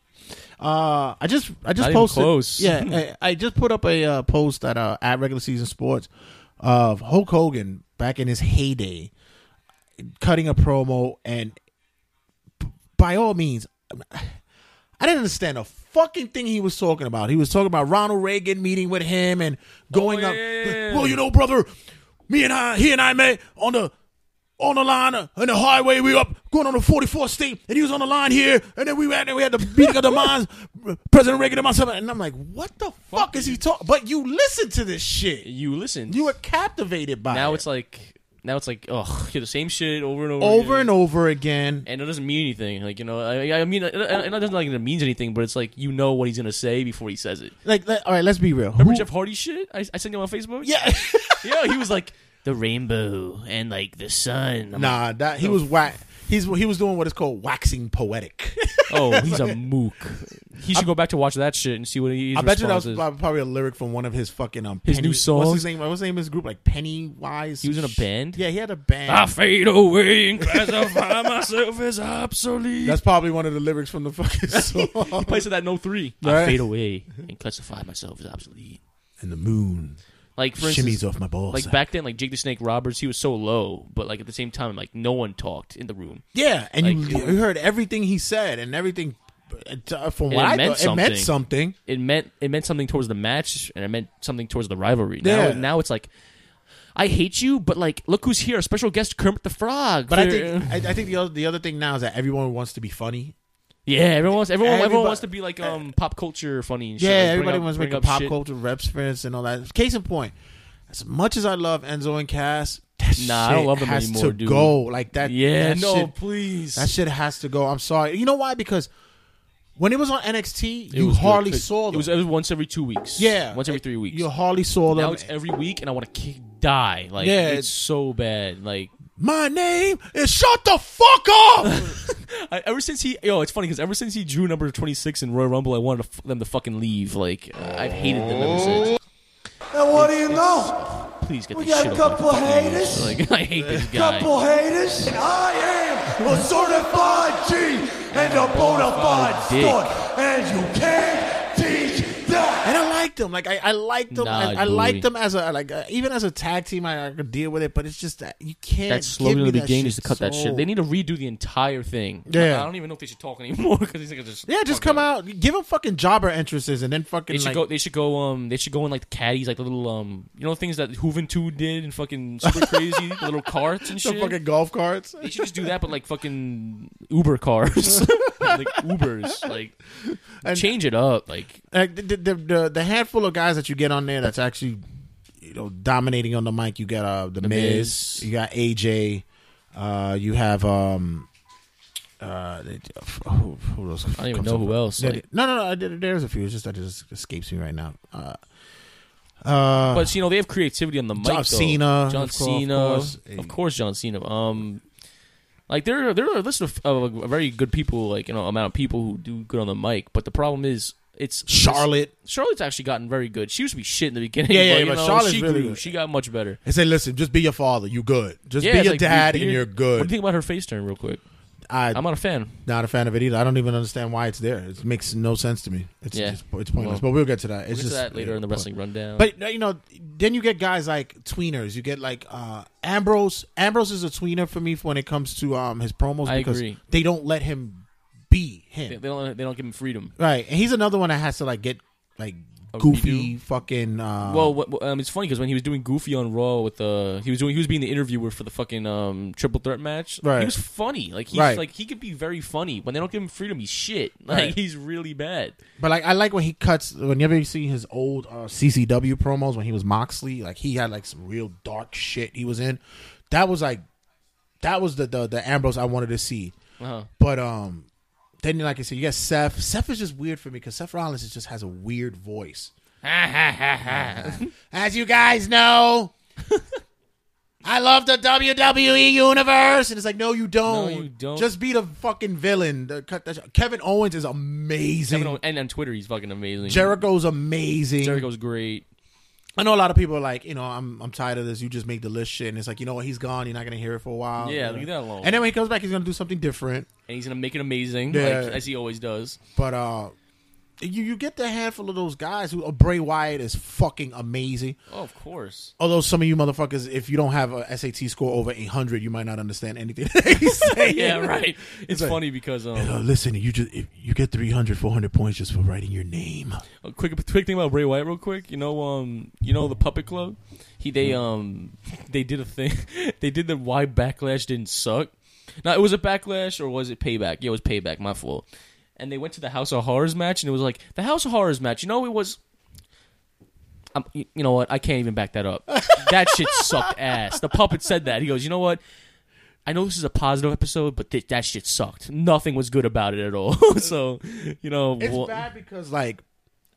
Speaker 4: Uh, I just I just
Speaker 5: Not even
Speaker 4: posted
Speaker 5: close.
Speaker 4: yeah I, I just put up a uh, post at uh, at regular season sports of Hulk Hogan back in his heyday cutting a promo and b- by all means I didn't understand a fucking thing he was talking about. He was talking about Ronald Reagan meeting with him and going
Speaker 5: Oh,
Speaker 4: up. Well, you know, brother, me and I, he and I met on the on the line uh, on the highway. We were up going on the 44th state, and he was on the line here, and then we were and we had the meeting of the minds, President Reagan and myself. And I'm like, what the fuck is he talking? But you listen to this shit.
Speaker 5: you listen.
Speaker 4: You were captivated by
Speaker 5: now
Speaker 4: it.
Speaker 5: it's like now it's like oh the same shit over and over.
Speaker 4: over
Speaker 5: again.
Speaker 4: and over again.
Speaker 5: And it doesn't mean anything. Like you know, I, I mean, it, it doesn't like it means anything, but it's like you know what he's gonna say before he says it.
Speaker 4: Like, let- all right, let's be real.
Speaker 5: Remember
Speaker 4: Who-
Speaker 5: Jeff Hardy shit? I, I sent you on Facebook.
Speaker 4: yeah.
Speaker 5: yeah. He was like the rainbow and like the sun. I'm
Speaker 4: Nah, that he was whack. He's he was doing what is called waxing poetic.
Speaker 5: Oh, he's a mook. He should go back to watch that shit and see what he.
Speaker 4: I bet you that was prob- probably a lyric from one of his fucking um
Speaker 5: His
Speaker 4: Penny-
Speaker 5: new song?
Speaker 4: What's his name? What's the name of his group? Like Pennywise.
Speaker 5: He was in a
Speaker 4: Sh-
Speaker 5: band? Ah,
Speaker 4: Yeah, he had a band.
Speaker 5: I fade away and classify myself as obsolete.
Speaker 4: That's probably one of the lyrics from the fucking song.
Speaker 5: place of that no three. I
Speaker 4: Right.
Speaker 5: fade away and classify myself as obsolete.
Speaker 4: and the moon
Speaker 5: Like for
Speaker 4: shimmies
Speaker 5: instance,
Speaker 4: off my balls.
Speaker 5: like back then, like Jake the Snake Roberts, he was so low, but like at the same time, like no one talked in the room.
Speaker 4: yeah, and
Speaker 5: like-
Speaker 4: you, you heard everything he said and everything. uh, From
Speaker 5: And
Speaker 4: what
Speaker 5: it
Speaker 4: I
Speaker 5: meant
Speaker 4: thought, it meant
Speaker 5: something.
Speaker 4: something.
Speaker 5: It meant it meant something towards the match, and it meant something towards the rivalry.
Speaker 4: Yeah.
Speaker 5: Now, now it's like. I hate you, but like, look who's here! Special guest Kermit the Frog.
Speaker 4: But I
Speaker 5: They're-
Speaker 4: think I, I think the other the other thing now is that everyone wants to be funny.
Speaker 5: Yeah, everyone wants everyone everyone
Speaker 4: Everybody-
Speaker 5: wants to be like um pop culture funny. And shit.
Speaker 4: Yeah,
Speaker 5: Like, bring
Speaker 4: everybody
Speaker 5: up-
Speaker 4: wants to
Speaker 5: bring
Speaker 4: make a
Speaker 5: up
Speaker 4: pop
Speaker 5: shit.
Speaker 4: culture rep sprints and all that. Case in point, as much as I love Enzo and Cass, that
Speaker 5: Nah, I
Speaker 4: shit
Speaker 5: don't love them
Speaker 4: has
Speaker 5: anymore,
Speaker 4: to
Speaker 5: dude.
Speaker 4: go. Like that.
Speaker 5: Yeah,
Speaker 4: that
Speaker 5: no,
Speaker 4: shit-
Speaker 5: please.
Speaker 4: that shit has to go. I'm sorry. You know why? Because when it was on NXT,
Speaker 5: It
Speaker 4: you
Speaker 5: was good.
Speaker 4: hardly
Speaker 5: It-
Speaker 4: saw them.
Speaker 5: It was, it was once every two weeks.
Speaker 4: yeah,
Speaker 5: once every three weeks.
Speaker 4: You hardly saw
Speaker 5: now
Speaker 4: them.
Speaker 5: it's every week, and I want to kick die. Like,
Speaker 4: Yeah,
Speaker 5: it's,
Speaker 4: it's-
Speaker 5: so bad. Like,
Speaker 4: My name is shut the fuck up.
Speaker 5: I, ever since he, yo, it's funny because ever since he drew number twenty six in Royal Rumble, I wanted to f- them to fucking leave. Like, uh, I've hated them ever since.
Speaker 7: And what do you know?
Speaker 5: Please get
Speaker 7: We
Speaker 5: this
Speaker 7: got
Speaker 5: shit
Speaker 7: a
Speaker 5: off my
Speaker 7: couple
Speaker 5: fucking
Speaker 7: haters.
Speaker 5: ears. Like, I hate this guy.
Speaker 7: Couple haters, and I am a certified G and a bona fide
Speaker 5: dick.
Speaker 7: stud, and you can't teach that.
Speaker 4: And I liked them. Like I, I liked them.
Speaker 5: Nah,
Speaker 4: I, I
Speaker 5: dude.
Speaker 4: liked them as a like uh, even as a tag team. I, I could deal with it, but it's just that you can't.
Speaker 5: That
Speaker 4: give
Speaker 5: slogan
Speaker 4: me
Speaker 5: of the
Speaker 4: that
Speaker 5: game
Speaker 4: shit
Speaker 5: is to cut that shit.
Speaker 4: so-
Speaker 5: They need to redo the entire thing.
Speaker 4: Yeah.
Speaker 5: I, I don't even know if they should talk anymore because these niggas just
Speaker 4: Yeah,
Speaker 5: fuck
Speaker 4: just come
Speaker 5: up.
Speaker 4: out. Give them fucking jobber entrances and then fucking
Speaker 5: They should
Speaker 4: like,
Speaker 5: go. They should go. Um, they should go in like the caddies, like the little um, you know, things that Juventud did and fucking super crazy the little carts and
Speaker 4: some
Speaker 5: shit.
Speaker 4: fucking golf carts.
Speaker 5: They should just do that, but like fucking Uber cars, like Ubers, like
Speaker 4: And-
Speaker 5: change it up. Like
Speaker 4: Like the, the, the, the handful of guys that you get on there that's actually you know dominating on the mic. You got uh the, Miz,
Speaker 5: Miz.
Speaker 4: you got AJ, uh you have um uh they- who, who else?
Speaker 5: I don't even know who else. Like,
Speaker 4: no, no, no. I did- There's a few. It's just that just escapes me right now. Uh,
Speaker 5: but you know, they have creativity on the mic.
Speaker 4: John
Speaker 5: though.
Speaker 4: Cena,
Speaker 5: John
Speaker 4: of course, of
Speaker 5: Cena,
Speaker 4: course.
Speaker 5: of course, John Cena. Um, like there, are- there are a list of uh, very good people, like you know, amount of people who do good on the mic. But the problem is, it's
Speaker 4: Charlotte.
Speaker 5: Charlotte's actually gotten very good. She used to be shit in the beginning.
Speaker 4: Yeah, yeah,
Speaker 5: but, you
Speaker 4: but
Speaker 5: know,
Speaker 4: Charlotte's
Speaker 5: she
Speaker 4: really
Speaker 5: grew.
Speaker 4: good.
Speaker 5: She got much better.
Speaker 4: They say, listen, just be your father. You good. Just
Speaker 5: Yeah,
Speaker 4: be
Speaker 5: it's
Speaker 4: your
Speaker 5: like,
Speaker 4: dad,
Speaker 5: be-
Speaker 4: and
Speaker 5: be-
Speaker 4: you're
Speaker 5: What do
Speaker 4: good.
Speaker 5: you think about her face turn, real quick?
Speaker 4: I,
Speaker 5: I'm not a fan.
Speaker 4: not a fan of it either. I don't even understand why it's there. It makes no sense to me. It's
Speaker 5: Yeah.
Speaker 4: it's, it's pointless.
Speaker 5: Well,
Speaker 4: but we'll get to that. It's
Speaker 5: We'll get to
Speaker 4: just
Speaker 5: that later in the
Speaker 4: but-
Speaker 5: wrestling rundown.
Speaker 4: But you know, then you get guys like tweeners. You get like uh, Ambrose. Ambrose is a tweener for me when it comes to um his promos
Speaker 5: I
Speaker 4: because
Speaker 5: agree.
Speaker 4: they don't let him be him.
Speaker 5: they, they don't they don't give him freedom.
Speaker 4: right, and he's another one that has to like get like
Speaker 5: A
Speaker 4: goofy fucking. Uh,
Speaker 5: Oh, Well, what, what- um, it's funny because when he was doing Goofy on Raw with uh, he was doing he was being the interviewer for the fucking um triple threat match.
Speaker 4: Right.
Speaker 5: He was funny. Like he's
Speaker 4: Right.
Speaker 5: like he could be very funny. When they don't give him freedom, he's shit. Like
Speaker 4: Right.
Speaker 5: he's really bad.
Speaker 4: But like I like when he cuts whenever you see his old uh, CCW promos when he was Moxley, like he had like some real dark shit he was in. That was like that was the the, the Ambrose I wanted to see.
Speaker 5: Uh-huh.
Speaker 4: But um then like I said, you got Seth. Seth is just weird for me because Seth Rollins is just has a weird voice. As you guys know, I love the WWE universe, and it's like, no, you don't.
Speaker 5: you don't.
Speaker 4: Just be the fucking villain. The- cut that shit. Kevin Owens is amazing.
Speaker 5: Kevin Owens- and on Twitter, he's fucking amazing.
Speaker 4: Jericho's amazing.
Speaker 5: Jericho's great.
Speaker 4: I know a lot of people are like, you know, I'm I'm tired of this. You just make the list shit, and it's like, you know what? He's gone. You're not gonna hear it for a while.
Speaker 5: Yeah,
Speaker 4: You know?
Speaker 5: leave that alone.
Speaker 4: And then when he comes back, he's gonna do something different.
Speaker 5: And he's gonna make it amazing,
Speaker 4: Yeah.
Speaker 5: like, as he always does.
Speaker 4: But uh, you you get the handful of those guys who uh, Bray Wyatt is fucking amazing.
Speaker 5: Oh, of course.
Speaker 4: Although some of you motherfuckers, if you don't have a SAT score over 800, you might not understand anything he's saying.
Speaker 5: Yeah, right. It's
Speaker 4: like-
Speaker 5: funny because um,
Speaker 4: Uh, listen, you just if you get 300, 400 points just for writing your name.
Speaker 5: A quick, quick thing about Bray Wyatt, real quick. You know, um, you know the Puppet Club. He they um they did a thing. they did the why backlash didn't suck. Now it was a backlash or was it payback? Yeah, it was payback. My fault. And they went to the House of Horrors match, and it was like the House of Horrors match. You know, it was. I'm, you you know what? I can't even back that up. that shit sucked ass. The puppet said that. He goes, you know what? I know this is a positive episode, but th- that shit sucked. Nothing was good about it at all. so, you know,
Speaker 4: It's
Speaker 5: wha-
Speaker 4: bad because like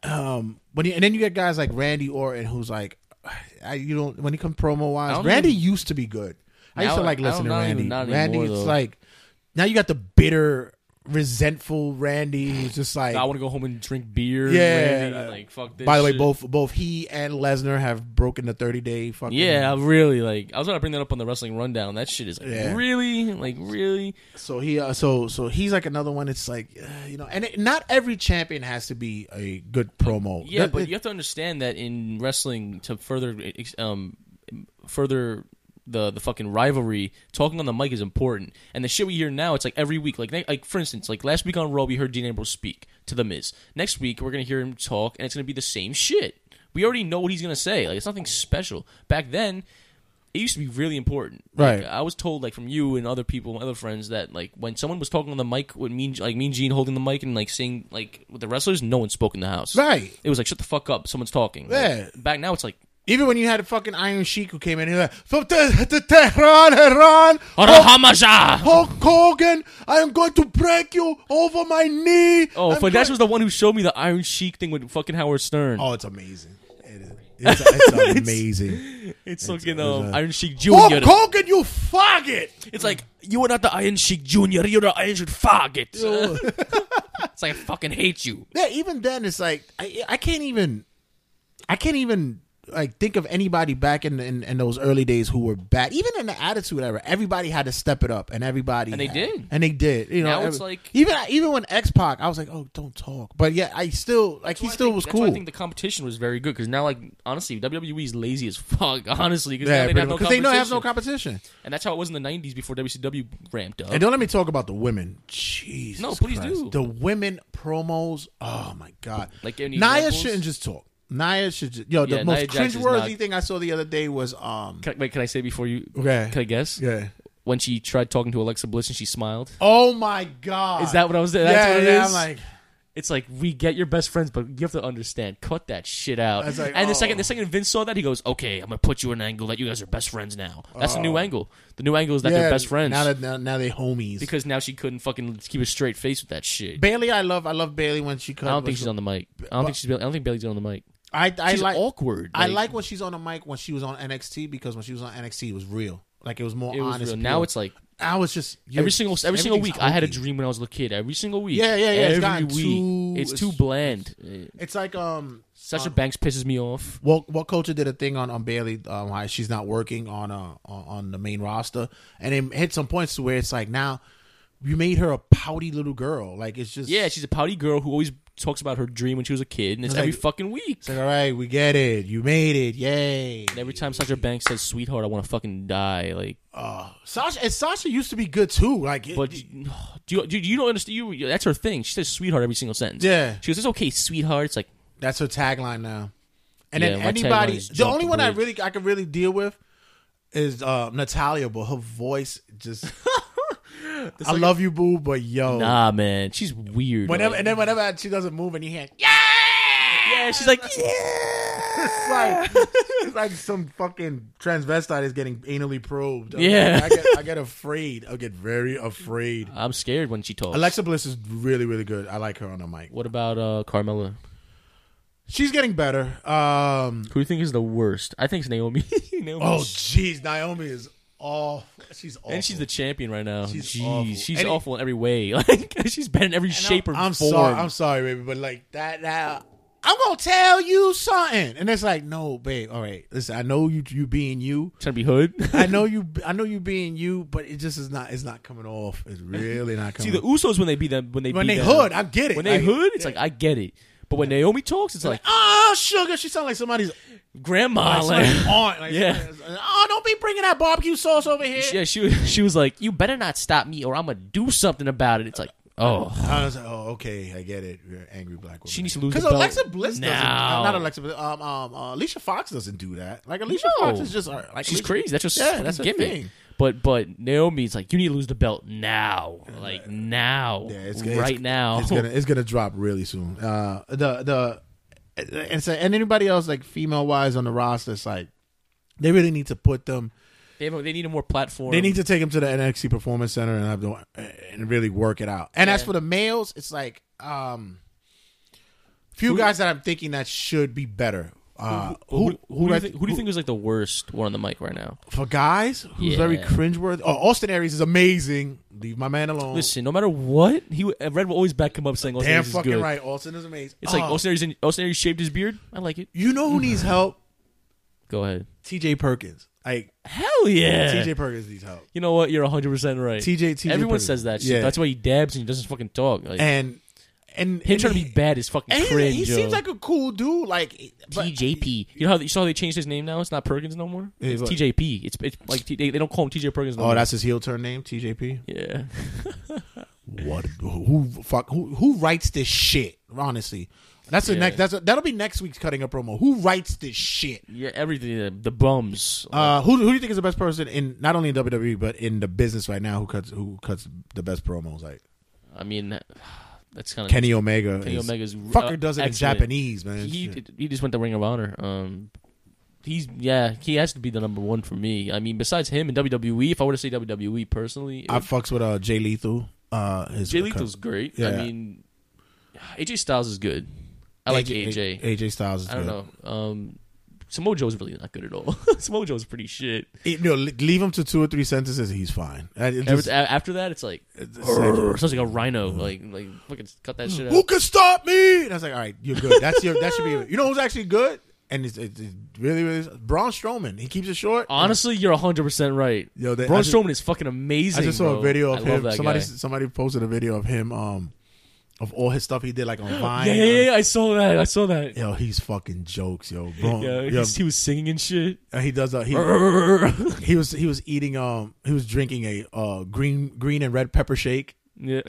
Speaker 4: um when you, and then you get guys like Randy Orton who's like I, you don't when he comes promo
Speaker 5: I
Speaker 4: wise
Speaker 5: don't
Speaker 4: Randy
Speaker 5: even-
Speaker 4: used to be good. I used
Speaker 5: Now-
Speaker 4: to like
Speaker 5: I
Speaker 4: listening to
Speaker 5: don't- not
Speaker 4: Randy.
Speaker 5: even- not
Speaker 4: Randy
Speaker 5: anymore,
Speaker 4: it's
Speaker 5: though.
Speaker 4: like now you got the bitter resentful Randy who's just like
Speaker 5: I want to go home and drink beer.
Speaker 4: Yeah,
Speaker 5: Randy,
Speaker 4: uh,
Speaker 5: like fuck this.
Speaker 4: by the way
Speaker 5: shit.
Speaker 4: both both he and Lesnar have broken the 30 day fucking
Speaker 5: Yeah, I really like. I was gonna bring that up on the wrestling rundown. That shit is like,
Speaker 4: Yeah.
Speaker 5: really, like really.
Speaker 4: So he, uh, so so he's like another one. It's like uh, you know, and it, not every champion has to be a good promo.
Speaker 5: Yeah,
Speaker 4: Th-
Speaker 5: but
Speaker 4: it-
Speaker 5: you have to understand that in wrestling, to further, um, further the the fucking rivalry, talking on the mic is important. And the shit we hear now, it's like every week. Like ne- like for instance, like last week on Raw, we heard Dean Ambrose speak to the Miz. Next week, we're gonna hear him talk, and it's gonna be the same shit. We already know what he's gonna say. Like it's nothing special. Back then. it used to be really important.
Speaker 4: Right.
Speaker 5: Like, I was told like from you and other people, other friends that like when someone was talking on the mic with me, like me and Gene holding the mic and like saying like with the wrestlers, no one spoke in the house.
Speaker 4: Right.
Speaker 5: It was like shut the fuck up, someone's talking. Like,
Speaker 4: Yeah.
Speaker 5: back now it's like
Speaker 4: Even when you had a fucking Iron Sheik who came in, he was like, "From Te- Te- Tehran, Iran, Hulk,
Speaker 5: Arahamaja.
Speaker 4: Hulk Hogan, I am going to break you over my knee."
Speaker 5: Oh,
Speaker 4: I'm
Speaker 5: Fladesh
Speaker 4: going-"
Speaker 5: was the one who showed me the Iron Sheik thing with fucking Howard Stern.
Speaker 4: Oh, it's amazing. It is. It's, it's amazing.
Speaker 5: it's fucking um,
Speaker 4: a-
Speaker 5: Iron Sheik Junior.
Speaker 4: Hulk Hogan, you faggot!
Speaker 5: It's like you are not the Iron Sheik Junior. You're the Iron Sheik faggot. it's like I fucking hate you.
Speaker 4: Yeah, even then, it's like I, I can't even, I can't even like think of anybody back in, in in those early days who were bad. Even in the Attitude Era, everybody had to step it up, and everybody
Speaker 5: And they
Speaker 4: had-
Speaker 5: did.
Speaker 4: and they did. You know,
Speaker 5: Now it's like-
Speaker 4: even even when X Pac, I was like, oh, don't talk. But yeah, I still like he
Speaker 5: why I
Speaker 4: still
Speaker 5: think-
Speaker 4: was
Speaker 5: that's why
Speaker 4: cool.
Speaker 5: I think the competition was very good because now, like honestly, WWE is lazy as fuck. Honestly, because
Speaker 4: yeah,
Speaker 5: they have no
Speaker 4: because they
Speaker 5: competition.
Speaker 4: don't have no competition.
Speaker 5: and that's how it was in the '90s before WCW ramped up.
Speaker 4: And don't let me talk about the women. Jesus,
Speaker 5: No, please
Speaker 4: Christ.
Speaker 5: do.
Speaker 4: The women promos. Oh my god!
Speaker 5: Like any
Speaker 4: Nia
Speaker 5: examples?
Speaker 4: shouldn't just talk. Nia should. Just, yo, the
Speaker 5: Yeah, Nia
Speaker 4: most
Speaker 5: Jax is
Speaker 4: cringeworthy
Speaker 5: not-
Speaker 4: thing I saw the other day was um.
Speaker 5: Can I, wait, can I say before you?
Speaker 4: Okay.
Speaker 5: Can I guess?
Speaker 4: Yeah.
Speaker 5: When she tried talking to Alexa Bliss and she smiled.
Speaker 4: Oh my god!
Speaker 5: Is that what I was? That's
Speaker 4: yeah,
Speaker 5: what it
Speaker 4: yeah,
Speaker 5: is?
Speaker 4: I'm like,
Speaker 5: it's like we get your best friends, but you have to understand, cut that shit out.
Speaker 4: That's like,
Speaker 5: and
Speaker 4: oh.
Speaker 5: the second the second Vince saw that, he goes, "Okay, I'm gonna put you in an angle that you guys are best friends now." That's the new angle. The new angle is that
Speaker 4: Oh. yeah,
Speaker 5: they're best friends
Speaker 4: now that now, now they homies. Because
Speaker 5: because now she couldn't fucking keep a straight face with that shit.
Speaker 4: Bailey, I love, I love Bailey when she comes.
Speaker 5: I don't think she's on the mic. I don't think she's. I don't think Bailey's on the mic.
Speaker 4: I, I
Speaker 5: She's
Speaker 4: like
Speaker 5: awkward.
Speaker 4: I like when she's on the mic when she was on NXT because when she was on NXT, it was real. Like it was more
Speaker 5: It was
Speaker 4: honest.
Speaker 5: real.
Speaker 4: pure.
Speaker 5: Now it's like
Speaker 4: I was just you're-
Speaker 5: every single every single week. I
Speaker 4: everything's
Speaker 5: had a
Speaker 4: hokey.
Speaker 5: dream when I was a little kid. Every single week.
Speaker 4: Yeah, yeah, yeah. It's
Speaker 5: Every
Speaker 4: gotten
Speaker 5: week.
Speaker 4: too-
Speaker 5: it's too bland. Eh,
Speaker 4: It's like um,
Speaker 5: Sasha Banks pisses me off.
Speaker 4: well, what culture did a thing on on Bailey? Um, why she's not working on uh on, on the main roster, and it hit some points to where it's like now you made her a pouty little girl. Like it's just
Speaker 5: Yeah, she's a pouty girl who always talks about her dream when she was a kid, and it's
Speaker 4: It's like-
Speaker 5: every fucking week.
Speaker 4: It's like, all right, we get it. You made it. Yay.
Speaker 5: And every time Sasha Banks says "sweetheart," I want to fucking die. Like,
Speaker 4: Sasha and Sasha used to be good too. Like it-
Speaker 5: but do you, do you don't understand? You that's her thing. She says "sweetheart" every single sentence.
Speaker 4: Yeah.
Speaker 5: she goes, "It's okay, sweetheart." It's like
Speaker 4: that's her tagline now. And then
Speaker 5: Yeah, my
Speaker 4: anybody
Speaker 5: tagline is
Speaker 4: the
Speaker 5: jump
Speaker 4: only
Speaker 5: the
Speaker 4: one I
Speaker 5: bridge.
Speaker 4: really I could really deal with is uh Natalia, but her voice just I love you, boo, but yo.
Speaker 5: nah, man, she's weird.
Speaker 4: Oh. Whenever
Speaker 5: like-
Speaker 4: and then whenever she doesn't move and you hear
Speaker 5: yeah, she's like, yeah.
Speaker 4: it's like it's like some fucking transvestite is getting anally probed.
Speaker 5: Yeah.
Speaker 4: I get I get afraid. I get very afraid.
Speaker 5: I'm scared when she talks.
Speaker 4: Alexa Bliss is really, really good. I like her on the mic.
Speaker 5: What about uh, Carmella?
Speaker 4: She's getting better. Um,
Speaker 5: Who do you think is the worst? I think it's Naomi. Naomi.
Speaker 4: oh, jeez, Naomi is off. She's off.
Speaker 5: and she's the champion right now.
Speaker 4: She's
Speaker 5: Jeez,
Speaker 4: awful.
Speaker 5: she's
Speaker 4: And-
Speaker 5: awful in every way. Like she's bad in every shape or
Speaker 4: I'm
Speaker 5: form.
Speaker 4: sorry. I'm sorry, baby, but like that. That I'm gonna tell you something, and it's like, no, babe. All right, listen. I know you. You being you.
Speaker 5: trying to be hood.
Speaker 4: I know you. I know you being you, but it just is not. It's not coming off. It's really not
Speaker 5: See
Speaker 4: coming.
Speaker 5: the Usos when they beat them when they
Speaker 4: when
Speaker 5: beat
Speaker 4: they
Speaker 5: them.
Speaker 4: hood, I get it.
Speaker 5: when they
Speaker 4: Like,
Speaker 5: hood, it's like I get it. But when Naomi talks, it's like
Speaker 4: Oh, sugar! She sounds like somebody's,
Speaker 5: grandma. Oh,
Speaker 4: like,
Speaker 5: Like,
Speaker 4: somebody's aunt. Like,
Speaker 5: Yeah.
Speaker 4: somebody's- Oh, don't be bringing that barbecue sauce over here.
Speaker 5: yeah, she was- she was like, "You better not stop me, or I'm gonna do something about it." It's like, oh,
Speaker 4: I was like, oh, okay, I get it. You're an angry black woman.
Speaker 5: She needs to lose
Speaker 4: because
Speaker 5: the belt
Speaker 4: Alexa Bliss doesn't.
Speaker 5: now.
Speaker 4: uh, Not Alexa Bliss. Um, um, uh, Alicia Fox doesn't do that. Like Alicia
Speaker 5: No.
Speaker 4: Fox is just uh, like
Speaker 5: she's
Speaker 4: Alicia-
Speaker 5: crazy. That's just
Speaker 4: yeah, that's her
Speaker 5: gimmick.
Speaker 4: thing.
Speaker 5: But but Naomi's like, you need to lose the belt now, like now,
Speaker 4: Yeah, it's gonna-
Speaker 5: right
Speaker 4: it's-
Speaker 5: now.
Speaker 4: It's gonna it's gonna drop really soon. Uh, the the and so and anybody else like female wise on the roster, it's like they really need to put them.
Speaker 5: they, have a- they need a more platform.
Speaker 4: They need to take them to the NXT Performance Center and have them, and really work it out. And as for the males, it's like um, few guys that I'm thinking that should be better. Uh,
Speaker 5: Who, who,
Speaker 4: do
Speaker 5: do
Speaker 4: I
Speaker 5: you think, who do you think is like the worst one on the mic right now?
Speaker 4: for guys who's
Speaker 5: Yeah.
Speaker 4: very cringeworthy. Oh, Austin Aries is amazing. Leave my man alone.
Speaker 5: Listen, no matter what, he w- Red will always back him up saying, "Austin
Speaker 4: Damn
Speaker 5: Aries is
Speaker 4: fucking
Speaker 5: good."
Speaker 4: right. Austin is amazing.
Speaker 5: It's like
Speaker 4: Oh,
Speaker 5: Austin Aries, Austin Aries shaved his beard. I like it.
Speaker 4: you know who needs help?
Speaker 5: Go ahead.
Speaker 4: T.J. Perkins. Like
Speaker 5: Hell yeah.
Speaker 4: T.J. Perkins needs help.
Speaker 5: You know what? You're 100 percent right.
Speaker 4: TJ TJ
Speaker 5: Everyone
Speaker 4: Perkins.
Speaker 5: says that shit.
Speaker 4: Yeah.
Speaker 5: That's why he dabs and he doesn't fucking talk. Like,
Speaker 4: And and
Speaker 5: him
Speaker 4: and
Speaker 5: trying
Speaker 4: he-
Speaker 5: to be bad is fucking
Speaker 4: And he,
Speaker 5: cringe.
Speaker 4: he
Speaker 5: yo.
Speaker 4: seems like a cool dude. Like but-
Speaker 5: TJP. You know how you saw they changed his name now? It's not Perkins no more.
Speaker 4: It's
Speaker 5: It's
Speaker 4: what?
Speaker 5: TJP. It's it's like T- they, they don't call him TJ Perkins no
Speaker 4: Oh,
Speaker 5: more.
Speaker 4: that's his heel turn name, TJP.
Speaker 5: yeah.
Speaker 4: What? Who fuck? Who who writes this shit? Honestly, That's the
Speaker 5: Yeah.
Speaker 4: next. That's a, that'll be next week's cutting a promo. Who writes this shit?
Speaker 5: Yeah, everything. The, the bums.
Speaker 4: Uh, who who do you think is the best person in not only in WWE but in the business right now? Who cuts who cuts the best promos? Like
Speaker 5: I mean, that's kind of
Speaker 4: Kenny Omega.
Speaker 5: Kenny
Speaker 4: is-
Speaker 5: Omega's
Speaker 4: fucker
Speaker 5: uh,
Speaker 4: does it
Speaker 5: excellent.
Speaker 4: in Japanese, man.
Speaker 5: He
Speaker 4: Shit.
Speaker 5: he just went to Ring of Honor. Um, he's yeah, he has to be the number one for me. I mean, besides him and WWE, if I were to say WWE personally,
Speaker 4: I fucks with uh, Jay Lethal. Uh, his
Speaker 5: Jay Lethal's great. I
Speaker 4: Yeah.
Speaker 5: mean, AJ Styles is good. I like AJ. I
Speaker 4: AJ Styles. Is
Speaker 5: I don't
Speaker 4: good.
Speaker 5: know. Um, Samojo's really not good at all. Samojo's pretty shit.
Speaker 4: It- no, le- leave him to two or three sentences. He's fine. And it
Speaker 5: Ever-
Speaker 4: just- uh,
Speaker 5: a- after that, it's like
Speaker 4: it's like,
Speaker 5: it sounds like a rhino. Like like fucking cut that shit
Speaker 4: Who
Speaker 5: out.
Speaker 4: can stop me? And I was like, all right, you're good. That's your. That should be. You know who's actually good? And it's, it's, it's really, really Braun Strowman. He keeps it short.
Speaker 5: Honestly, you're 100 percent right.
Speaker 4: Yo, they-
Speaker 5: Braun
Speaker 4: I just-
Speaker 5: Strowman is fucking amazing.
Speaker 4: I just saw
Speaker 5: bro.
Speaker 4: a video
Speaker 5: I love
Speaker 4: of him.
Speaker 5: that
Speaker 4: Somebody
Speaker 5: guy.
Speaker 4: somebody posted a video of him um of all his stuff he did like on Vine.
Speaker 5: Yeah, yeah, yeah, I saw that. I saw that.
Speaker 4: Yo, he's fucking jokes, yo. Bro,
Speaker 5: Yeah,
Speaker 4: yo,
Speaker 5: he's- he was singing and shit.
Speaker 4: and he does uh, he, he was he was eating um he was drinking a uh green green and red pepper shake.
Speaker 5: yeah,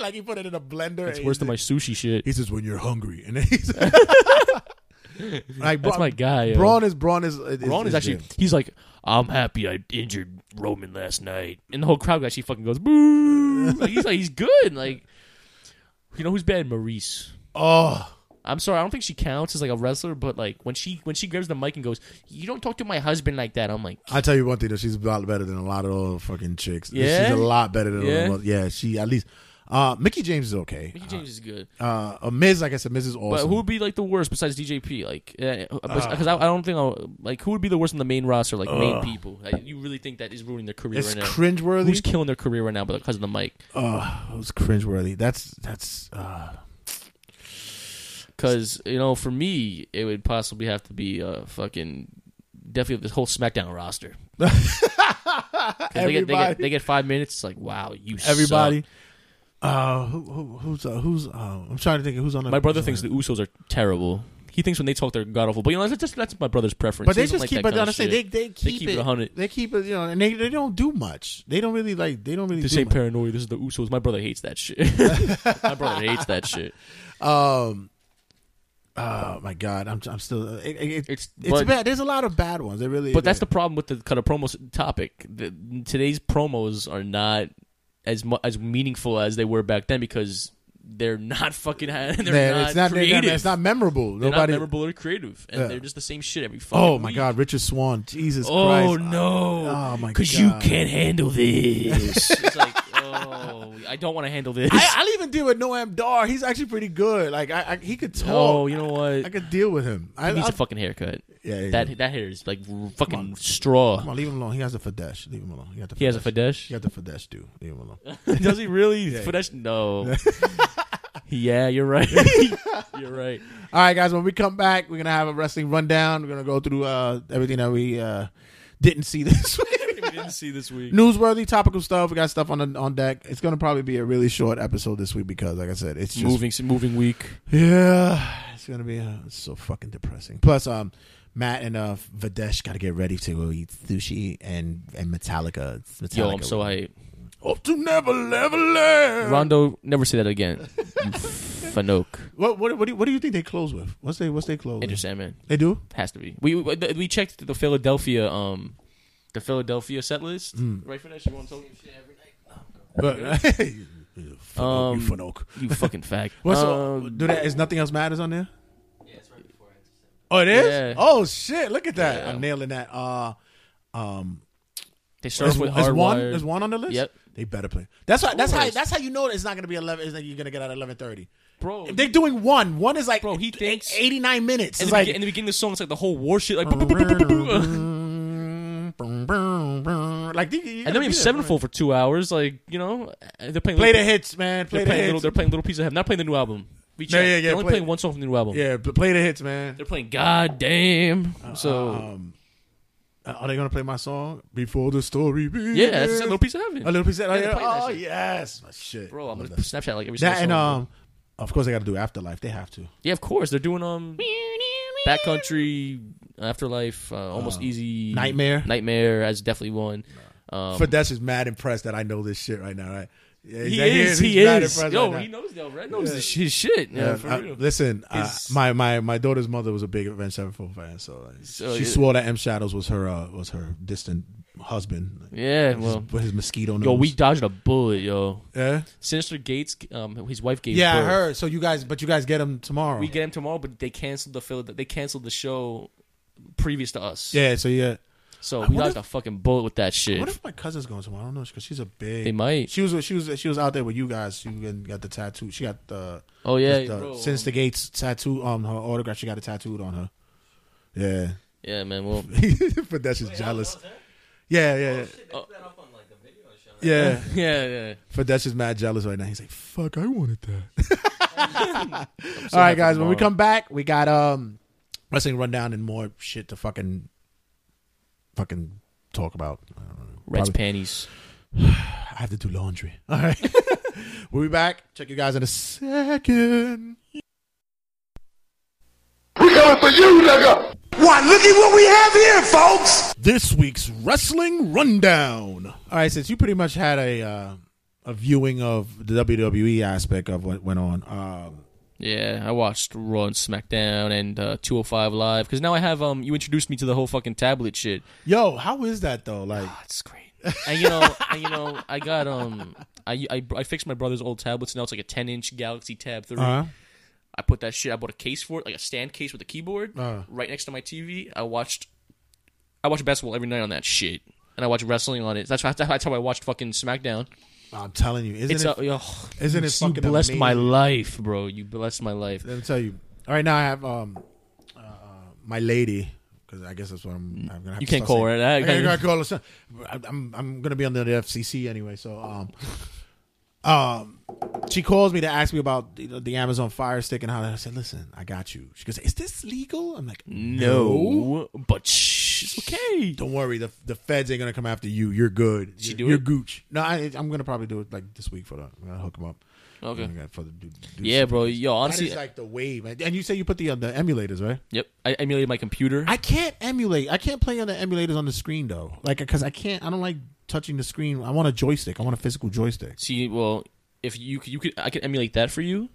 Speaker 4: like he put it in a blender.
Speaker 5: it's worse than my sushi shit.
Speaker 4: He says when you're hungry, and then he's like
Speaker 5: That's my guy. yo.
Speaker 4: Braun is Braun is is,
Speaker 5: Braun is actually.
Speaker 4: good.
Speaker 5: He's like, I'm happy I injured Roman last night, and the whole crowd actually fucking goes boo. Like, he's like, he's good. Like, you know who's bad? Maurice.
Speaker 4: oh
Speaker 5: I'm sorry, I don't think she counts as like a wrestler, but like when she when she grabs the mic and goes, "You don't talk to my husband like that," I'm like,
Speaker 4: I tell you one thing though, she's a lot better than a lot of old fucking chicks.
Speaker 5: Yeah?
Speaker 4: she's a lot better than
Speaker 5: Yeah?
Speaker 4: yeah. yeah. She at least uh Mickey James is okay.
Speaker 5: Mickey James is good.
Speaker 4: Uh, uh, Miz, like I said, Miz is awesome.
Speaker 5: But who would be like the worst besides DJP? Like,
Speaker 4: Ah.
Speaker 5: because I, I don't think I'll, like who would be the worst in the main roster? Like main people. Like, you really think that is ruining their career
Speaker 4: it's
Speaker 5: right now?
Speaker 4: cringeworthy.
Speaker 5: Who's killing their career right now? But because of the mic,
Speaker 4: Oh, it's cringeworthy. That's that's. Uh,
Speaker 5: because you know, for me, it would possibly have to be uh, fucking definitely this whole SmackDown roster. 'Cause they, get, they, get,
Speaker 4: Everybody.
Speaker 5: they get five minutes. It's like wow, you suck.
Speaker 4: everybody. Uh, who, who, who's uh, who's? Uh, I'm trying to think of who's on. The,
Speaker 5: My brother
Speaker 4: who's
Speaker 5: thinks
Speaker 4: on
Speaker 5: the Usos are terrible. He thinks when they talk, they're god awful. But you know, that's just that's my brother's preference.
Speaker 4: But
Speaker 5: He
Speaker 4: they
Speaker 5: doesn't
Speaker 4: just
Speaker 5: like
Speaker 4: keep
Speaker 5: that
Speaker 4: it.
Speaker 5: kind of
Speaker 4: Honestly, they
Speaker 5: shit.
Speaker 4: they keep,
Speaker 5: keep it 100.
Speaker 4: They keep it. You know, and they, they don't do much. They don't really like. They don't really.
Speaker 5: This
Speaker 4: do
Speaker 5: ain't
Speaker 4: much.
Speaker 5: paranoia. This is the Usos. My brother hates that shit. my brother hates that shit.
Speaker 4: Um. Oh my god, I'm I'm still. It, it,
Speaker 5: It's-
Speaker 4: it's
Speaker 5: but-
Speaker 4: bad. There's a lot of bad ones. There really.
Speaker 5: But that's
Speaker 4: is.
Speaker 5: the problem with the kind of promo s- topic. The, today's promos are not as mu- as meaningful as they were back then because they're not fucking. They're
Speaker 4: Man,
Speaker 5: not
Speaker 4: it's not.
Speaker 5: creative.
Speaker 4: It's not memorable.
Speaker 5: They're not
Speaker 4: Nobody.
Speaker 5: memorable or creative, and
Speaker 4: Yeah.
Speaker 5: they're just the same shit every. Fucking
Speaker 4: Oh my
Speaker 5: week.
Speaker 4: god, Richard Swan. Jesus Christ.
Speaker 5: Oh no!
Speaker 4: Oh, my
Speaker 5: Because you
Speaker 4: God.
Speaker 5: can't handle this. it's like, oh, I don't want to handle this.
Speaker 4: I, I'll even deal with Noam Dar. He's actually pretty good. Like I, I he could talk.
Speaker 5: oh, you know what?
Speaker 4: I could deal with him. I,
Speaker 5: he needs
Speaker 4: I'll-
Speaker 5: a fucking haircut.
Speaker 4: Yeah, yeah,
Speaker 5: that
Speaker 4: yeah.
Speaker 5: that hair is like r- fucking straw.
Speaker 4: Come on, leave him alone. He has a Fadesh. Leave him alone. He, got the
Speaker 5: He has a Fadesh?
Speaker 4: He got the Fadesh, dude. Leave him alone.
Speaker 5: Does he really? Footage? No. yeah, you're right. you're right.
Speaker 4: All right, guys. When we come back, we're gonna have a wrestling rundown. We're gonna go through uh, everything that we uh, didn't see this week.
Speaker 5: We didn't see this week.
Speaker 4: Newsworthy, topical stuff. We got stuff on the, on deck. It's gonna probably be a really short episode this week because, like I said, it's just
Speaker 5: Moving moving week.
Speaker 4: Yeah, it's gonna be uh, it's so fucking depressing. Plus, um, Matt and uh, Vadesh gotta get ready to go eat sushi and and Metallica. It's Metallica.
Speaker 5: Yo, I'm so hype.
Speaker 4: Hope to never, never learn.
Speaker 5: Rondo, never say that again. You Fanoke.
Speaker 4: What what what do, you, what do you think they close with? What's they what's they close?
Speaker 5: Enter
Speaker 4: With?
Speaker 5: Sandman.
Speaker 4: They do.
Speaker 5: Has to be. We, we we checked the Philadelphia um the Philadelphia set list.
Speaker 4: Hmm.
Speaker 5: Right for that you want to
Speaker 4: But you fuck
Speaker 5: Um,
Speaker 4: you funoke.
Speaker 5: You fucking fag.
Speaker 4: What's
Speaker 5: um,
Speaker 4: do that? Is nothing else matters on there? Oh, it is.
Speaker 5: Yeah.
Speaker 4: Oh shit! Look at that.
Speaker 5: Yeah.
Speaker 4: I'm nailing that. Uh, um,
Speaker 5: they start
Speaker 4: is,
Speaker 5: off with
Speaker 4: is one
Speaker 5: Hardwired.
Speaker 4: is one on the list.
Speaker 5: Yep.
Speaker 4: They better play. That's why. That's how.
Speaker 5: course.
Speaker 4: That's how you know it's not gonna be eleven. Is that you're gonna get out at eleven thirty?
Speaker 5: Bro,
Speaker 4: If they're doing one, one is like
Speaker 5: Bro, he thinks-
Speaker 4: eighty nine minutes.
Speaker 5: in
Speaker 4: It's
Speaker 5: the,
Speaker 4: like
Speaker 5: begin- in the beginning of the song, it's like the whole war shit, like, boom, boom, boom, boom, boom, boom, boom.
Speaker 4: like you- you
Speaker 5: and then
Speaker 4: gotta
Speaker 5: we
Speaker 4: be
Speaker 5: have
Speaker 4: there.
Speaker 5: Sevenfold for two hours. Like, you know, uh, they're playing
Speaker 4: Play
Speaker 5: little,
Speaker 4: the hits, man. Play
Speaker 5: they're
Speaker 4: the
Speaker 5: playing
Speaker 4: hits.
Speaker 5: little, they're playing little pieces of heaven. Not playing the new album. We
Speaker 4: Yeah, yeah,
Speaker 5: checked.
Speaker 4: yeah,
Speaker 5: They're only
Speaker 4: play-
Speaker 5: playing one song from the new album.
Speaker 4: yeah, but play the hits, man.
Speaker 5: They're playing God Damn. So
Speaker 4: Uh, Are they gonna play my song before the story begins?
Speaker 5: yeah, that's a little piece of heaven.
Speaker 4: A little piece. Of,
Speaker 5: they're playing that
Speaker 4: oh
Speaker 5: shit.
Speaker 4: yes, my shit,
Speaker 5: Bro, I'm
Speaker 4: Love
Speaker 5: gonna
Speaker 4: that.
Speaker 5: Snapchat like every single
Speaker 4: That and
Speaker 5: song.
Speaker 4: um, of course they got to do Afterlife. They have to.
Speaker 5: yeah, of course they're doing um backcountry, afterlife, uh, almost easy,
Speaker 4: Nightmare.
Speaker 5: nightmare as definitely one. Um,
Speaker 4: Fidesz is mad impressed that I know this shit right now, right? Yeah,
Speaker 5: He
Speaker 4: he's-
Speaker 5: is.
Speaker 4: he's
Speaker 5: He
Speaker 4: mad
Speaker 5: is.
Speaker 4: at Fred
Speaker 5: Yo,
Speaker 4: right
Speaker 5: he
Speaker 4: now.
Speaker 5: knows Del Red knows his his shit. Yeah,
Speaker 4: Yeah,
Speaker 5: for
Speaker 4: uh,
Speaker 5: real.
Speaker 4: listen, uh,
Speaker 5: His-
Speaker 4: my, my my daughter's mother was a big Avenged Sevenfold fan, so like,
Speaker 5: So,
Speaker 4: she
Speaker 5: yeah.
Speaker 4: swore that M Shadows was her uh, was her distant husband. Like,
Speaker 5: yeah,
Speaker 4: his-
Speaker 5: well,
Speaker 4: with his mosquito nose.
Speaker 5: yo, we dodged a bullet, yo.
Speaker 4: yeah,
Speaker 5: Sinister Gates, um, his wife gave
Speaker 4: yeah, I
Speaker 5: birth.
Speaker 4: heard. So you guys, but you guys get him tomorrow.
Speaker 5: We get him tomorrow, but they canceled the Phil. They canceled the show previous to us.
Speaker 4: yeah, so yeah.
Speaker 5: So we
Speaker 4: What
Speaker 5: dodged
Speaker 4: if-
Speaker 5: a fucking bullet with that shit.
Speaker 4: What if my cousin's going tomorrow? I don't know because she's a big.
Speaker 5: They might.
Speaker 4: She was she was she was out there with you guys. She got the tattoo. She got the
Speaker 5: Oh, yeah,
Speaker 4: the,
Speaker 5: bro,
Speaker 4: Sinister Gates tattoo on her autograph. She got it tattooed on her. Yeah,
Speaker 5: yeah, man. Well,
Speaker 4: but that's just jealous. Yeah, yeah, yeah. yeah.
Speaker 5: Oh. yeah, yeah.
Speaker 4: But that's just mad jealous right now. He's like, "Fuck, I wanted that." All right, guys. When we
Speaker 5: tomorrow.
Speaker 4: come back, we got um wrestling rundown and more shit to fucking fucking talk about. I don't know.
Speaker 5: Red's
Speaker 4: Probably-
Speaker 5: panties.
Speaker 4: I have to do laundry. All right. we'll be back. Check you guys in a second.
Speaker 7: Why, look at what we have here, folks!
Speaker 4: This week's wrestling rundown. All right, since you pretty much had a uh, a viewing of the WWE aspect of what went on, um,
Speaker 5: Yeah, I watched Raw and SmackDown and uh, 205 Live because now I have um. You introduced me to the whole fucking tablet shit.
Speaker 4: yo, how is that though? Like,
Speaker 5: Oh, it's great. and you know, and you know, I got um, I, I I fixed my brother's old tablets. Now it's like a 10 inch Galaxy Tab 3.
Speaker 4: uh,
Speaker 5: I put that shit. I bought a case for it, like a stand case with a keyboard,
Speaker 4: Uh.
Speaker 5: right next to my TV. I watched, I watch basketball every night on that shit, and I watch wrestling on it. That's how, that's how I watched fucking SmackDown.
Speaker 4: I'm telling you, isn't
Speaker 5: it's
Speaker 4: it?
Speaker 5: a, yo,
Speaker 4: isn't it
Speaker 5: you
Speaker 4: fucking
Speaker 5: blessed my
Speaker 4: amazing?
Speaker 5: life, bro. You blessed my life.
Speaker 4: Let me tell you. All right, now I have um, uh, my lady. Because I guess that's what I'm. I'm gonna have
Speaker 5: You
Speaker 4: to
Speaker 5: can't
Speaker 4: start
Speaker 5: call
Speaker 4: saying.
Speaker 5: her that.
Speaker 4: I can't, I can't call her. son. I'm I'm gonna be under the FCC anyway. So um, um, she calls me to ask me about you know, the Amazon Fire Stick and how. I said, listen, I got you. She goes, is this legal? I'm like,
Speaker 5: No, but shh, it's okay.
Speaker 4: Don't worry, the the feds ain't gonna come after you. You're good. She you're,
Speaker 5: do
Speaker 4: you're
Speaker 5: it?
Speaker 4: gooch. No, I, I'm gonna probably do it like this week for that. I'm gonna hook him up.
Speaker 5: Okay.
Speaker 4: I'm gonna- for the, do, do
Speaker 5: Yeah,
Speaker 4: something.
Speaker 5: bro. Yo,
Speaker 4: That
Speaker 5: honestly,
Speaker 4: is like the wave. man. And you say you put the uh, the emulators, right?
Speaker 5: yep. I emulated my computer.
Speaker 4: I can't emulate. I can't play on the emulators on the screen though. Like because I can't. I don't like touching the screen. I want a joystick. I want a physical joystick.
Speaker 5: See, well, if you could, you could, I could emulate that for you,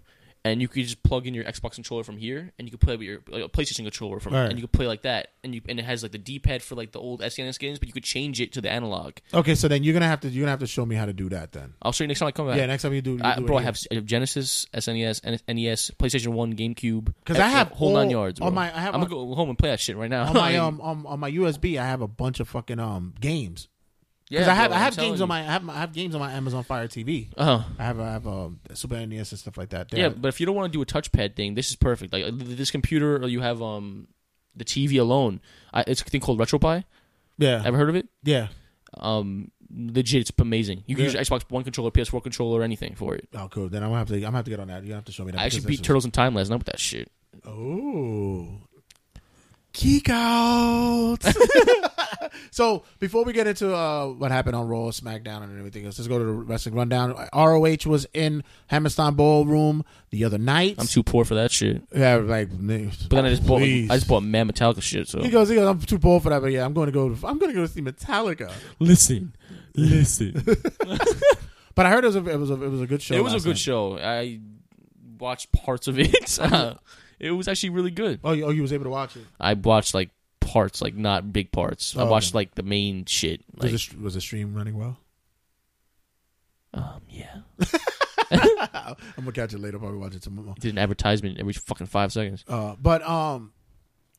Speaker 5: and you could just plug in your Xbox controller from here, and you could play with your like, a PlayStation controller from,
Speaker 4: Right.
Speaker 5: and you could play like that, and you and it has like the D pad for like the old SNES games, but you could change it to the analog.
Speaker 4: Okay, so then you're gonna have to you're gonna have to show me how to do that then.
Speaker 5: I'll show you next time I come back.
Speaker 4: Yeah, next time you do, you
Speaker 5: I,
Speaker 4: do
Speaker 5: bro,
Speaker 4: it
Speaker 5: I have, I have Genesis, E SNES, and NES, PlayStation One, GameCube.
Speaker 4: 'Cause I
Speaker 5: Xbox,
Speaker 4: have
Speaker 5: whole nine
Speaker 4: all-
Speaker 5: yards. Bro.
Speaker 4: on my- I have
Speaker 5: I'm
Speaker 4: on-
Speaker 5: gonna go home and play that shit right now.
Speaker 4: on my
Speaker 5: Like,
Speaker 4: um on, on my USB. I have a bunch of fucking um games.
Speaker 5: yeah,
Speaker 4: Because I have
Speaker 5: bro,
Speaker 4: I
Speaker 5: I'm
Speaker 4: have
Speaker 5: telling
Speaker 4: games
Speaker 5: you.
Speaker 4: on my I have, my- I have games on my Amazon Fire TV.
Speaker 5: Uh-huh.
Speaker 4: I have I have um, Super NES and stuff like that. There.
Speaker 5: Yeah, but if you don't want to do a touchpad thing, this is perfect. Like uh, th- this computer, or you have um the TV alone. I, it's a thing called RetroPie.
Speaker 4: yeah,
Speaker 5: Ever heard of it?
Speaker 4: yeah.
Speaker 5: um legit it's amazing you can use your xbox one controller ps4 controller or anything for it
Speaker 4: Oh, cool. Then I'm gonna have to I'm gonna have to get on that. You have to show me that.
Speaker 5: i actually
Speaker 4: because
Speaker 5: beat
Speaker 4: that's
Speaker 5: turtles in time last night with that shit
Speaker 4: just- Oh, geek out. so before we get into uh, what happened on Raw, SmackDown, and everything else, let's go to the wrestling rundown. ROH was in Hammerstein Ballroom the other night.
Speaker 5: i'm too poor for that shit
Speaker 4: yeah, like.
Speaker 5: but then i just bought like,
Speaker 4: Please.
Speaker 5: i just bought mad metallica shit so
Speaker 4: He goes, he goes, I'm too poor for that, but yeah, I'm going to go. I'm going to go see Metallica.
Speaker 5: listen listen
Speaker 4: But I heard it was a it was a, it was a good show.
Speaker 5: it was a
Speaker 4: last
Speaker 5: good
Speaker 4: night.
Speaker 5: show i watched parts of it Uh, it was actually really good
Speaker 4: Oh, you, oh, you was able to watch it.
Speaker 5: i watched like parts like not big parts i
Speaker 4: Oh,
Speaker 5: watched
Speaker 4: okay.
Speaker 5: like the main shit
Speaker 4: Was,
Speaker 5: like,
Speaker 4: the, st- was the stream running well?
Speaker 5: um yeah
Speaker 4: I'm gonna catch it later. Probably watch it tomorrow.
Speaker 5: did an advertisement every fucking five seconds
Speaker 4: Uh, but um,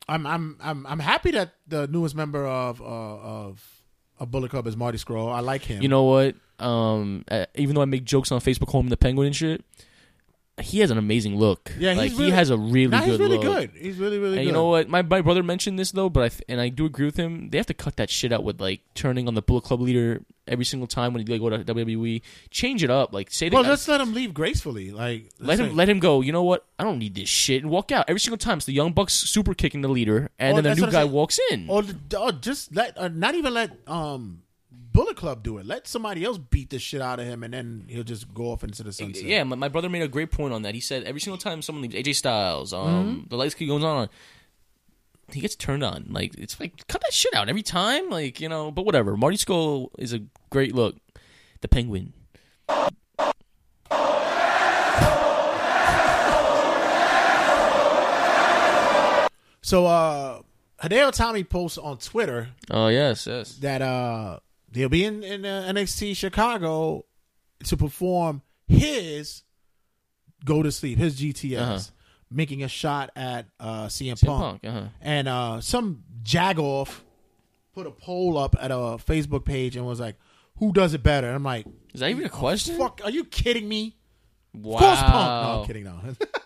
Speaker 4: I'm I'm I'm I'm happy that the newest member of uh, of a Bullet Club is Marty Scroll. I like him.
Speaker 5: You know what? Um, uh, even though I make jokes on Facebook, calling him the Penguin and shit, he has an amazing look.
Speaker 4: Yeah, he's
Speaker 5: like,
Speaker 4: really-
Speaker 5: he has a really
Speaker 4: Nah,
Speaker 5: good
Speaker 4: he's really
Speaker 5: look.
Speaker 4: good. He's really really
Speaker 5: And
Speaker 4: good.
Speaker 5: you know what? My my brother mentioned this though, but I th- and I do agree with him. They have to cut that shit out with like turning on the Bullet Club leader every single time when they go to WWE. Change it up. Like say they
Speaker 4: Well,
Speaker 5: got-
Speaker 4: let's let him leave gracefully. Like
Speaker 5: let him let him go. You know what? I don't need this shit and walk out every single time. It's the Young Bucks super kicking the leader, and
Speaker 4: Oh,
Speaker 5: then
Speaker 4: that's
Speaker 5: the
Speaker 4: what
Speaker 5: new
Speaker 4: I'm
Speaker 5: guy
Speaker 4: saying.
Speaker 5: walks in.
Speaker 4: or, the- or just let or not even let um Bullet Club do it. Let somebody else beat the shit out of him, and then he'll just go off into the sunset.
Speaker 5: Yeah, my, my brother made a great point on that. He said every single time someone leaves AJ Styles, um, the lights keep going on. He gets turned on. Like it's like cut that shit out every time. Like you know, but whatever. Marty Skull is a great look. The Penguin.
Speaker 4: So uh, Hideo Tommy posts on Twitter
Speaker 5: Oh yes, yes.
Speaker 4: that uh they'll be in, in uh, NXT Chicago to perform his Go to Sleep, his GTS,
Speaker 5: Uh-huh.
Speaker 4: making a shot at uh CM,
Speaker 5: CM
Speaker 4: Punk.
Speaker 5: Punk, uh-huh.
Speaker 4: And uh some jagoff put a poll up at a Facebook page and was like, Who does it better? And I'm like,
Speaker 5: Is that even a question?
Speaker 4: Fuck, are you kidding me?
Speaker 5: wow.
Speaker 4: Of course Punk. No, I'm kidding, no.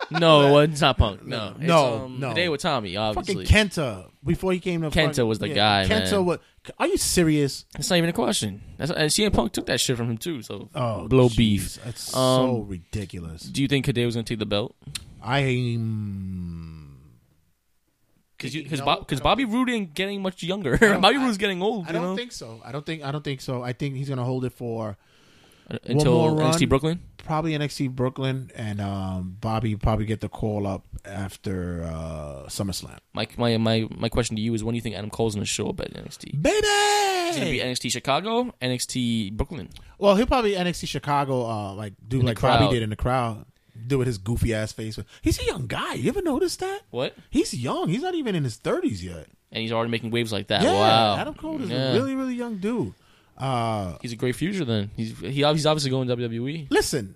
Speaker 5: No, it's not Punk. No, it's,
Speaker 4: No,
Speaker 5: um,
Speaker 4: no.
Speaker 5: Hideo Itami,
Speaker 4: Fucking
Speaker 5: obviously.
Speaker 4: Kenta before he came to
Speaker 5: Kenta was the guy,
Speaker 4: Kenta
Speaker 5: man.
Speaker 4: was. Are you serious?
Speaker 5: That's not even a question. That's, and CM Punk took that shit from him too. So
Speaker 4: Oh,
Speaker 5: blow
Speaker 4: jeez,
Speaker 5: beef.
Speaker 4: That's so
Speaker 5: Um,
Speaker 4: ridiculous.
Speaker 5: Do you think Hideo was gonna take the belt?
Speaker 4: I'm
Speaker 5: Because because Bobby Roode ain't getting much younger. Bobby Roode's getting old.
Speaker 4: I
Speaker 5: you
Speaker 4: don't
Speaker 5: know?
Speaker 4: think so. I don't think. I don't think so. I think he's gonna hold it for
Speaker 5: until
Speaker 4: more run.
Speaker 5: NXT Brooklyn.
Speaker 4: probably NXT Brooklyn and um, Bobby probably get the call up after uh, SummerSlam.
Speaker 5: My, my my my question to you is: When do you think Adam Cole's gonna show up at NXT? Is it gonna be
Speaker 4: Baby.
Speaker 5: NXT Chicago, NXT Brooklyn?
Speaker 4: Well, he'll probably NXT Chicago. Uh, like do like Bobby
Speaker 5: crowd.
Speaker 4: did in the crowd. Do with his goofy ass face. He's a young guy. You ever noticed that?
Speaker 5: What?
Speaker 4: He's young. He's not even in his thirties yet.
Speaker 5: And he's already making waves like that.
Speaker 4: Yeah,
Speaker 5: wow,
Speaker 4: Adam Cole is
Speaker 5: Yeah.
Speaker 4: a really, really young dude. Uh,
Speaker 5: He's a great future. Then he's he, he's obviously going WWE.
Speaker 4: listen,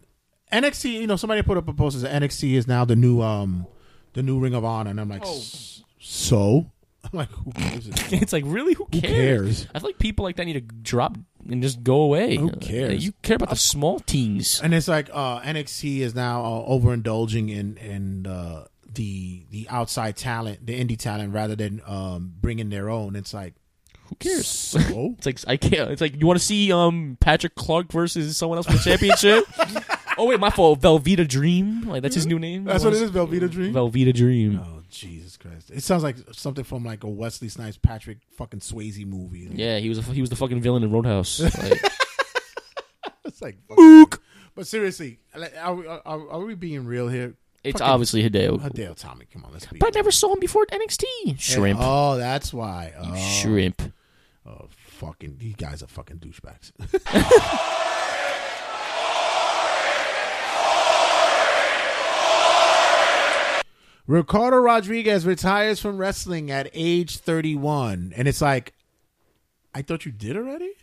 Speaker 4: NXT. You know, somebody put up a post that NXT is now the new, um, the new Ring of Honor, and I'm like, "S- so, I'm like, who gives a fuck?
Speaker 5: It's like really, who cares?
Speaker 4: cares?
Speaker 5: I feel like people like that need to drop and just go away.
Speaker 4: Who
Speaker 5: Uh,
Speaker 4: cares?
Speaker 5: You care about the small teams.
Speaker 4: And it's like uh, NXT is now uh, overindulging in in uh, the the outside talent, the indie talent, rather than um, bringing their own. It's like,
Speaker 5: Who cares?
Speaker 4: so
Speaker 5: It's like I can't. It's like you want to see um Patrick Clark versus someone else for the championship. oh wait, my fault. Velveeta Dream. Like that's his new name.
Speaker 4: Mm-hmm. that's what it is, Velveeta Dream.
Speaker 5: Velveeta Dream.
Speaker 4: Oh Jesus Christ! It sounds like something from like a Wesley Snipes, Patrick fucking Swayze movie.
Speaker 5: Yeah, he was a, he was the fucking villain in Roadhouse. Like,
Speaker 4: It's like, fuck. but seriously, like, are, we- are, are we being real here?
Speaker 5: it's
Speaker 4: Fucking
Speaker 5: obviously Hideo.
Speaker 4: Hideo Tommy. Come on, let's be.
Speaker 5: But I
Speaker 4: real.
Speaker 5: never saw him before at NXT. Shrimp.
Speaker 4: Oh, that's why. Oh,
Speaker 5: Shrimp.
Speaker 4: oh, fucking, these guys are fucking douchebags. Ricardo Rodriguez retires from wrestling at age 31, and it's like, I thought you did already.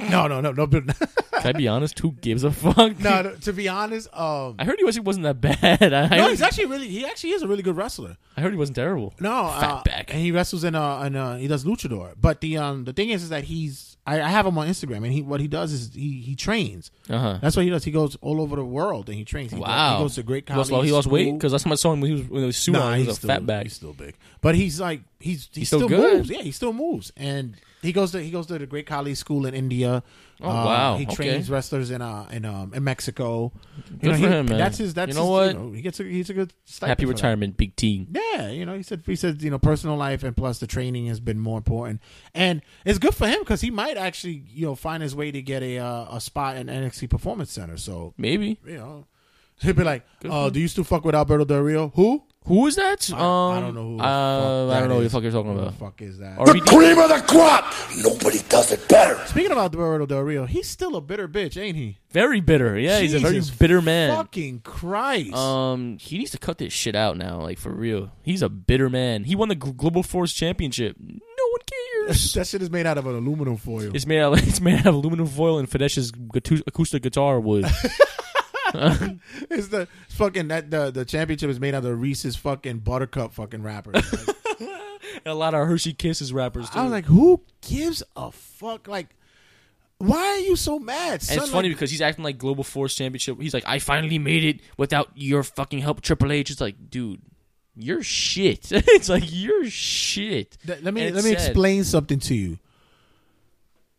Speaker 4: No, no, no, no, but-
Speaker 5: Can I be honest? Who gives a fuck?
Speaker 4: no. no, To be honest, um,
Speaker 5: I heard he wasn't wasn't that bad. I,
Speaker 4: no,
Speaker 5: heard,
Speaker 4: he's actually really, he actually is a really good wrestler.
Speaker 5: I heard he wasn't terrible.
Speaker 4: No, uh,
Speaker 5: Fatback.
Speaker 4: and he wrestles in uh in uh he does luchador. But the um the thing is is that he's I, I have him on Instagram and he what he does is he he trains.
Speaker 5: Uh-huh.
Speaker 4: That's what he does. He goes all over the world and he trains. He go-
Speaker 5: Wow.
Speaker 4: he goes to great
Speaker 5: He lost,
Speaker 4: comedy.
Speaker 5: well, he lost weight
Speaker 4: school.
Speaker 5: because last time I saw him, when he was when he was sumo.
Speaker 4: nah,
Speaker 5: he
Speaker 4: he's,
Speaker 5: was a
Speaker 4: still,
Speaker 5: fat back.
Speaker 4: he's still big. But he's like he's he
Speaker 5: still
Speaker 4: still,
Speaker 5: good.
Speaker 4: moves. Yeah, he still moves. And he goes to he goes to the Great Kali School in India. Oh
Speaker 5: wow.
Speaker 4: He
Speaker 5: Okay.
Speaker 4: trains wrestlers in uh in um in Mexico. You
Speaker 5: Good
Speaker 4: know,
Speaker 5: for
Speaker 4: he-
Speaker 5: him, man.
Speaker 4: That's his. That's
Speaker 5: You know
Speaker 4: his,
Speaker 5: what?
Speaker 4: You know, he gets a, he's a good stipend
Speaker 5: Happy
Speaker 4: for that.
Speaker 5: retirement, big T.
Speaker 4: Yeah, you know, he said he said you know personal life and plus the training has been more important, and it's good for him because he might actually you know find his way to get a uh, a spot in NXT Performance Center. So
Speaker 5: Maybe.
Speaker 4: you know, he'd be like, "Oh, do you still fuck with Alberto Del Rio? Who?
Speaker 5: Who is that?
Speaker 4: I,
Speaker 5: um,
Speaker 4: I don't know who. the
Speaker 5: Uh,
Speaker 4: fuck
Speaker 5: I
Speaker 4: that
Speaker 5: don't know who the
Speaker 4: is.
Speaker 5: fuck you're talking
Speaker 4: Who the
Speaker 5: about. E
Speaker 4: fuck is that?
Speaker 7: The cream of the crop. Nobody does it better.
Speaker 4: Speaking about Alberto Del Rio, he's still a bitter bitch, ain't he?
Speaker 5: Very bitter. Yeah, he's a very
Speaker 4: Jesus
Speaker 5: bitter man.
Speaker 4: Fucking Christ!
Speaker 5: Um, he needs to cut this shit out now, like for real. He's a bitter man. He won the G- Global Force Championship. No one cares.
Speaker 4: that shit is made out of an aluminum foil.
Speaker 5: it's made out. It's made out of aluminum foil and Fidesh's gatu- acoustic guitar wood.
Speaker 4: It's the fucking that the the championship is made out of Reese's fucking buttercup fucking wrapper. Like,
Speaker 5: and a lot of Hershey Kisses rappers. Too.
Speaker 4: I was like, who gives a fuck? Like, why are you so mad? Son?
Speaker 5: and it's funny
Speaker 4: Like,
Speaker 5: because he's acting like Global Force Championship. He's like, I finally made it without your fucking help, Triple H. It's like, dude, you're shit. it's like you're shit.
Speaker 4: th- let me
Speaker 5: And
Speaker 4: let
Speaker 5: it's
Speaker 4: me
Speaker 5: sad.
Speaker 4: explain something to you.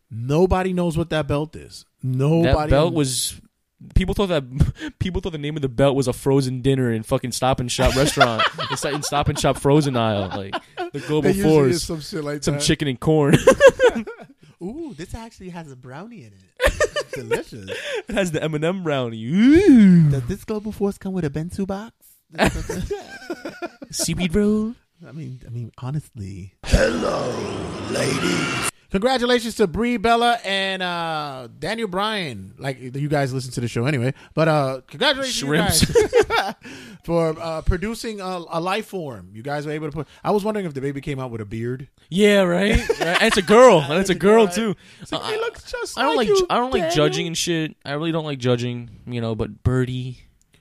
Speaker 4: Nobody knows what that belt is. Nobody.
Speaker 5: That belt was. People thought that people thought the name of the belt was a frozen dinner in fucking Stop and Shop restaurant It's like in Stop and Shop frozen aisle, like the Global
Speaker 4: They usually
Speaker 5: Force,
Speaker 4: is some shit like
Speaker 5: some
Speaker 4: that.
Speaker 5: chicken and corn.
Speaker 4: Ooh, this actually has a brownie in it. Delicious.
Speaker 5: it has the M and m brownie. Ooh.
Speaker 6: Does this global force come with a bento box?
Speaker 5: Seaweed roll.
Speaker 6: I mean, I mean, honestly,
Speaker 7: Ladies.
Speaker 4: Congratulations to Brie Bella and uh, Daniel Bryan. Like you guys listen to the show anyway, but uh, congratulations to you guys for uh, producing a, a life form. You guys were able to put. I was wondering if the baby came out with a beard.
Speaker 5: Yeah, right. right? And it's a girl. And it's a girl too. Uh, I-
Speaker 4: just.
Speaker 5: I don't like. ju- I don't like judging and shit. I really don't like judging. You know, but Birdie,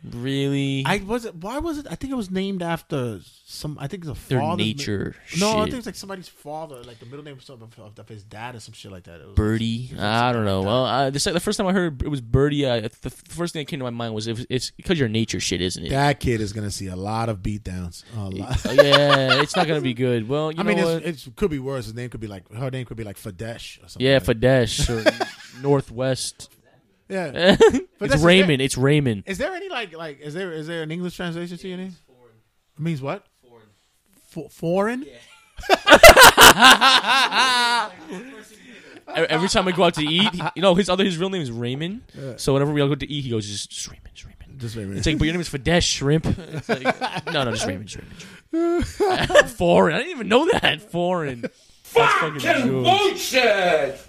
Speaker 5: really,
Speaker 4: I was it. Why was it? I think it was named after some. I think it's a
Speaker 5: their
Speaker 4: father's
Speaker 5: nature.
Speaker 4: mi- No,
Speaker 5: shit.
Speaker 4: I think it's like somebody's father, like the middle name of, some, of, of his dad or some shit like that. It was,
Speaker 5: Birdie. I don't know. Well, I, the, se- the first time I heard it was Birdie, I, the f- first thing that came to my mind was if, it's because your nature shit, isn't it?
Speaker 4: That kid is gonna see a lot of beatdowns. A lot.
Speaker 5: Oh, yeah, it's not gonna be good. Well, you
Speaker 4: I
Speaker 5: know
Speaker 4: mean,
Speaker 5: what?
Speaker 4: it's, it could be worse. His name could be like her name could be like Fadesh or something.
Speaker 5: yeah,
Speaker 4: like that.
Speaker 5: Fadesh or Northwest.
Speaker 4: yeah.
Speaker 5: it's
Speaker 4: that's-
Speaker 5: Raymond. It's Raymond. E,
Speaker 4: Is there any like like is there is there an English translation to your name? It means what? Foreign. foreign?
Speaker 5: E- Every time I go out to eat, he- you know, his other his real name is Raymond. So whenever we all go to eat, he goes just, just Raymond, just Raymond.
Speaker 4: Just wait, wait.
Speaker 5: It's like, but your name is Fadesh Shrimp. It's like, no, no, just Raymond, just Raymond. just Raymond. Foreign. I didn't even know that. Foreign. That's fucking huge.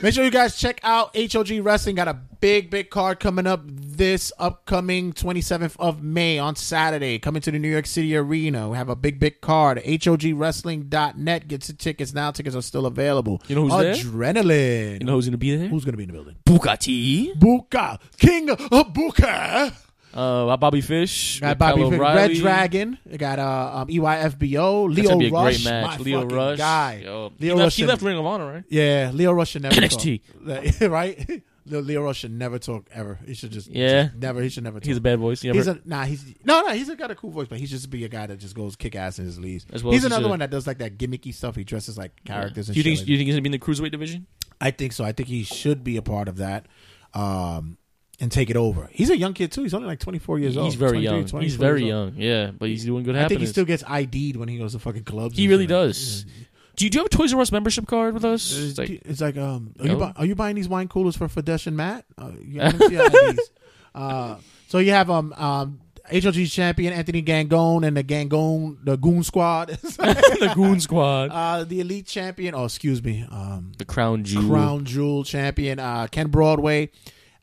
Speaker 4: Make sure you guys check out HOG Wrestling. Got a big, big card coming up this upcoming 27th of May on Saturday. Coming to the New York City Arena. We have a big, big card. HOGWrestling.net. Get your tickets now. Tickets are still available.
Speaker 5: You know who's there?
Speaker 4: Adrenaline.
Speaker 5: You know who's gonna be there?
Speaker 4: who's going to be in the building?
Speaker 5: Bugatti.
Speaker 4: Buka. King of Buka.
Speaker 5: Uh, Bobby Fish.
Speaker 4: Got
Speaker 5: with
Speaker 4: Bobby
Speaker 5: Kyle
Speaker 4: Fick, Red
Speaker 5: O'Reilly.
Speaker 4: Dragon. We got uh, um, EYFBO. Leo
Speaker 5: That's gonna be a
Speaker 4: Rush.
Speaker 5: great match.
Speaker 4: my
Speaker 5: Leo
Speaker 4: fucking
Speaker 5: Rush.
Speaker 4: Guy.
Speaker 5: Yo,
Speaker 4: Leo
Speaker 5: he, left,
Speaker 4: Rush
Speaker 5: he
Speaker 4: should-
Speaker 5: left Ring of Honor, right?
Speaker 4: Yeah, Leo Rush should never
Speaker 5: NXT.
Speaker 4: talk. right? Leo Leo Rush should never talk ever. He should just
Speaker 5: Yeah.
Speaker 4: just never. He should never. Talk.
Speaker 5: He's a bad voice. You
Speaker 4: He's
Speaker 5: ever-
Speaker 4: a nah. He's no, no. He's a, got a cool voice, but he's just be a guy that just goes kick ass in his leaves.
Speaker 5: As well
Speaker 4: he's
Speaker 5: as he
Speaker 4: another
Speaker 5: should.
Speaker 4: one that does like that gimmicky stuff. He dresses like characters.
Speaker 5: Do
Speaker 4: And
Speaker 5: you
Speaker 4: shit
Speaker 5: think
Speaker 4: like
Speaker 5: you think he's gonna be in the cruiserweight division?
Speaker 4: that. I think so. I think he should be a part of that, um, and take it over. He's a young kid too. He's only like twenty four years old.
Speaker 5: He's very
Speaker 4: 23,
Speaker 5: young.
Speaker 4: 24
Speaker 5: He's
Speaker 4: years
Speaker 5: very
Speaker 4: old.
Speaker 5: young. Yeah, but he's doing good.
Speaker 4: I think he
Speaker 5: Happenings.
Speaker 4: still gets ID'd when he goes to fucking clubs.
Speaker 5: He
Speaker 4: and
Speaker 5: really
Speaker 4: shit like-
Speaker 5: does. Do you do you have a Toys R Us membership card with us?
Speaker 4: Uh,
Speaker 5: It's like,
Speaker 4: It's like, um, are, you
Speaker 5: No.
Speaker 4: bu- are you buying these wine coolers for Fadesh and Matt? Uh, you I don't see IDs. Uh, so you have um um HLG champion Anthony Gangone and the Gangone the Goon Squad,
Speaker 5: the Goon Squad,
Speaker 4: uh, the Elite champion. Oh, excuse me, um,
Speaker 5: the Crown Jewel.
Speaker 4: Crown Jewel champion uh, Ken Broadway,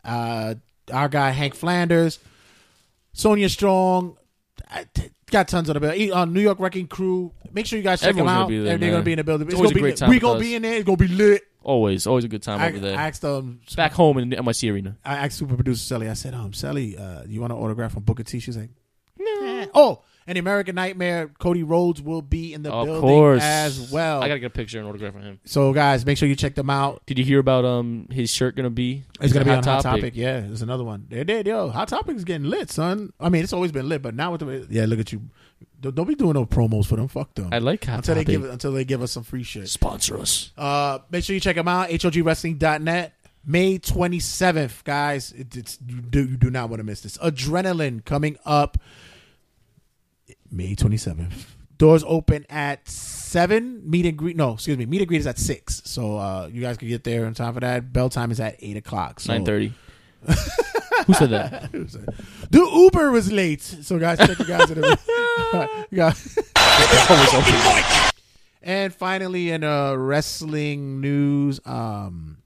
Speaker 4: uh, our guy Hank Flanders, Sonia Strong. I t- got tons of the building. Uh, New York Wrecking Crew. Make sure you guys check
Speaker 5: Everyone's
Speaker 4: them
Speaker 5: gonna
Speaker 4: out.
Speaker 5: be there,
Speaker 4: They're going to
Speaker 5: man.
Speaker 4: be in the building.
Speaker 5: It's always a
Speaker 4: gonna be
Speaker 5: great time
Speaker 4: we
Speaker 5: with
Speaker 4: going
Speaker 5: us.
Speaker 4: to be in there. It's going to be lit.
Speaker 5: Always, always a good time
Speaker 4: I,
Speaker 5: over there.
Speaker 4: I asked um,
Speaker 5: Back home in the MIC arena.
Speaker 4: I asked super producer Sally. I said, "Um, Sally, uh, you want an autograph from Booker T?" She's like, "No." Oh, and the American Nightmare, Cody Rhodes will be in the
Speaker 5: Of
Speaker 4: building
Speaker 5: course,
Speaker 4: as well.
Speaker 5: I gotta get a picture and autograph from him.
Speaker 4: so, guys, make sure you check them out.
Speaker 5: Did you hear about um his shirt gonna be?
Speaker 4: It's gonna be on Hot Topic. Yeah, there's another one. They did, yo. Hot Topic's getting lit, son. I mean, it's always been lit, but now with the yeah, look at you. Don't, don't be doing no promos for them. Fuck them.
Speaker 5: I like Hot
Speaker 4: until
Speaker 5: Topic.
Speaker 4: they give until they give us some free shit.
Speaker 5: Sponsor us.
Speaker 4: Uh, make sure you check them out. HOGWrestling.net. May 27th, guys. It, it's you do you do not want to miss this. Adrenaline coming up May 27th. Doors open at seven. Meet and greet. No, excuse me. Meet and greet is at six. So uh, you guys can get there in time for that. Bell time is at eight o'clock. So
Speaker 5: Nine thirty. Who said that?
Speaker 4: The Uber was late. So guys, check you guys in the you guys. And finally, in uh, wrestling news, um,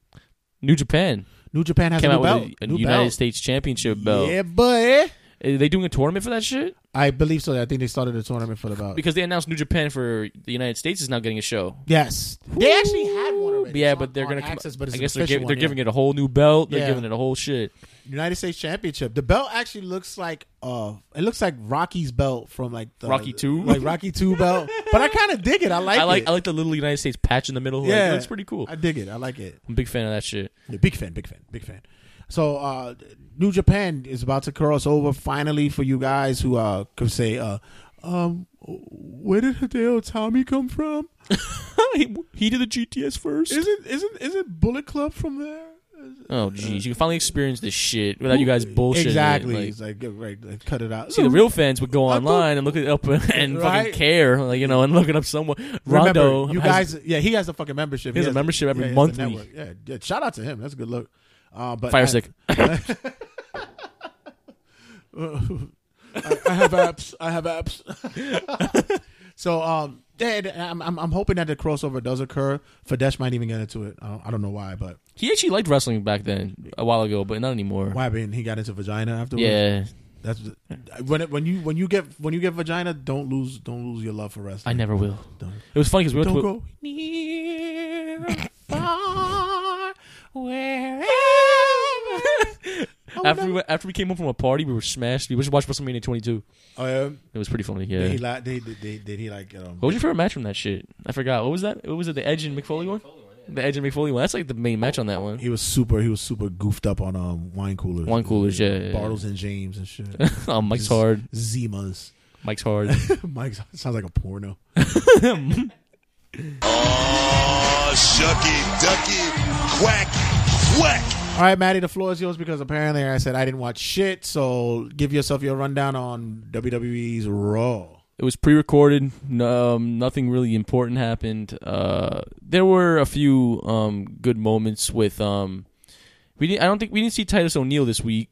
Speaker 5: New Japan
Speaker 4: New Japan has
Speaker 5: came
Speaker 4: a
Speaker 5: out
Speaker 4: new
Speaker 5: with
Speaker 4: belt.
Speaker 5: a, a
Speaker 4: new
Speaker 5: United
Speaker 4: belt.
Speaker 5: States Championship belt.
Speaker 4: Yeah, boy.
Speaker 5: Are they doing a tournament for that shit?
Speaker 4: I believe so. I think they started a tournament for the belt.
Speaker 5: Because they announced New Japan for the United States is now getting a show.
Speaker 4: yes, they actually had one already.
Speaker 5: yeah,
Speaker 4: It's on-
Speaker 5: but they're
Speaker 4: on
Speaker 5: going to come.
Speaker 4: access, but it's
Speaker 5: I
Speaker 4: an
Speaker 5: guess they're,
Speaker 4: official
Speaker 5: giv-
Speaker 4: one,
Speaker 5: they're
Speaker 4: yeah.
Speaker 5: giving it a whole new belt. They're
Speaker 4: Yeah.
Speaker 5: giving it a whole shit.
Speaker 4: United States Championship. The belt actually looks like uh, it looks like Rocky's belt from like the,
Speaker 5: Rocky II?
Speaker 4: like Rocky Two belt. But I kind of dig it. I like.
Speaker 5: I like
Speaker 4: It.
Speaker 5: I like the little United States patch in the middle. Yeah,
Speaker 4: yeah,
Speaker 5: like, it's pretty cool.
Speaker 4: I dig it. I like it.
Speaker 5: I'm a big fan of that shit.
Speaker 4: Yeah, big fan, big fan, big fan. So uh New Japan is about to cross over finally for you guys who uh could say uh um where did Hideo Tommy come from?
Speaker 5: he, he did the GTS first.
Speaker 4: Isn't isn't isn't Bullet Club from there? Uh,
Speaker 5: Oh jeez, you can finally experience this shit without you guys bullshit.
Speaker 4: Exactly. It's like, yeah, right, like, cut it out.
Speaker 5: see, the real fans would go
Speaker 4: I thought-
Speaker 5: online and look it up and
Speaker 4: Right.
Speaker 5: fucking care, like you know, and looking up someone.
Speaker 4: Remember,
Speaker 5: Rondo,
Speaker 4: you
Speaker 5: has-
Speaker 4: guys, yeah, he has a fucking membership.
Speaker 5: He has a membership every
Speaker 4: yeah, he has
Speaker 5: monthly.
Speaker 4: a network. Yeah, yeah, shout out to him. That's a good look. Uh, but
Speaker 5: fire
Speaker 4: I-
Speaker 5: stick.
Speaker 4: I have apps. I have apps. So um, then I'm, I'm I'm hoping that the crossover does occur. Fadesh might even get into it. I don't, I don't know why, but
Speaker 5: He actually liked wrestling back then, a while ago, but not anymore.
Speaker 4: why? I mean, he got into vagina afterwards.
Speaker 5: Yeah,
Speaker 4: that's when it, when you when you get when you get vagina, don't lose don't lose your love for
Speaker 5: I
Speaker 4: wrestling.
Speaker 5: never will.
Speaker 4: Don't-
Speaker 5: It was funny because we went
Speaker 4: Don't
Speaker 5: to a-
Speaker 4: go near, far, wherever.
Speaker 5: after we went, after we came home from a party, we were smashed. We just watched WrestleMania 22.
Speaker 4: Oh, yeah?
Speaker 5: It was pretty funny. Yeah.
Speaker 4: Did he like? Did, did, did, did he like? Um,
Speaker 5: What was your favorite match from that shit? I forgot. What was that? What was it? The Edge and McFoley one. The Edge and McFoley one. That's like the main match on that one.
Speaker 4: he was super. He was super goofed up on um wine coolers.
Speaker 5: Wine coolers, yeah, yeah, yeah.
Speaker 4: Bartles and James and shit.
Speaker 5: oh, Mike's hard.
Speaker 4: Zimas.
Speaker 5: Mike's hard.
Speaker 4: Mike sounds like a porno.
Speaker 8: Oh, shucky, ducky, quack, quack.
Speaker 4: All right, Maddie, the floor is yours because apparently I said I didn't watch shit. So give yourself your rundown on WWE's Raw.
Speaker 5: it was pre-recorded. No, um, nothing really important happened. Uh, there were a few um, good moments with. Um, we didn't. I don't think we didn't see Titus O'Neil this week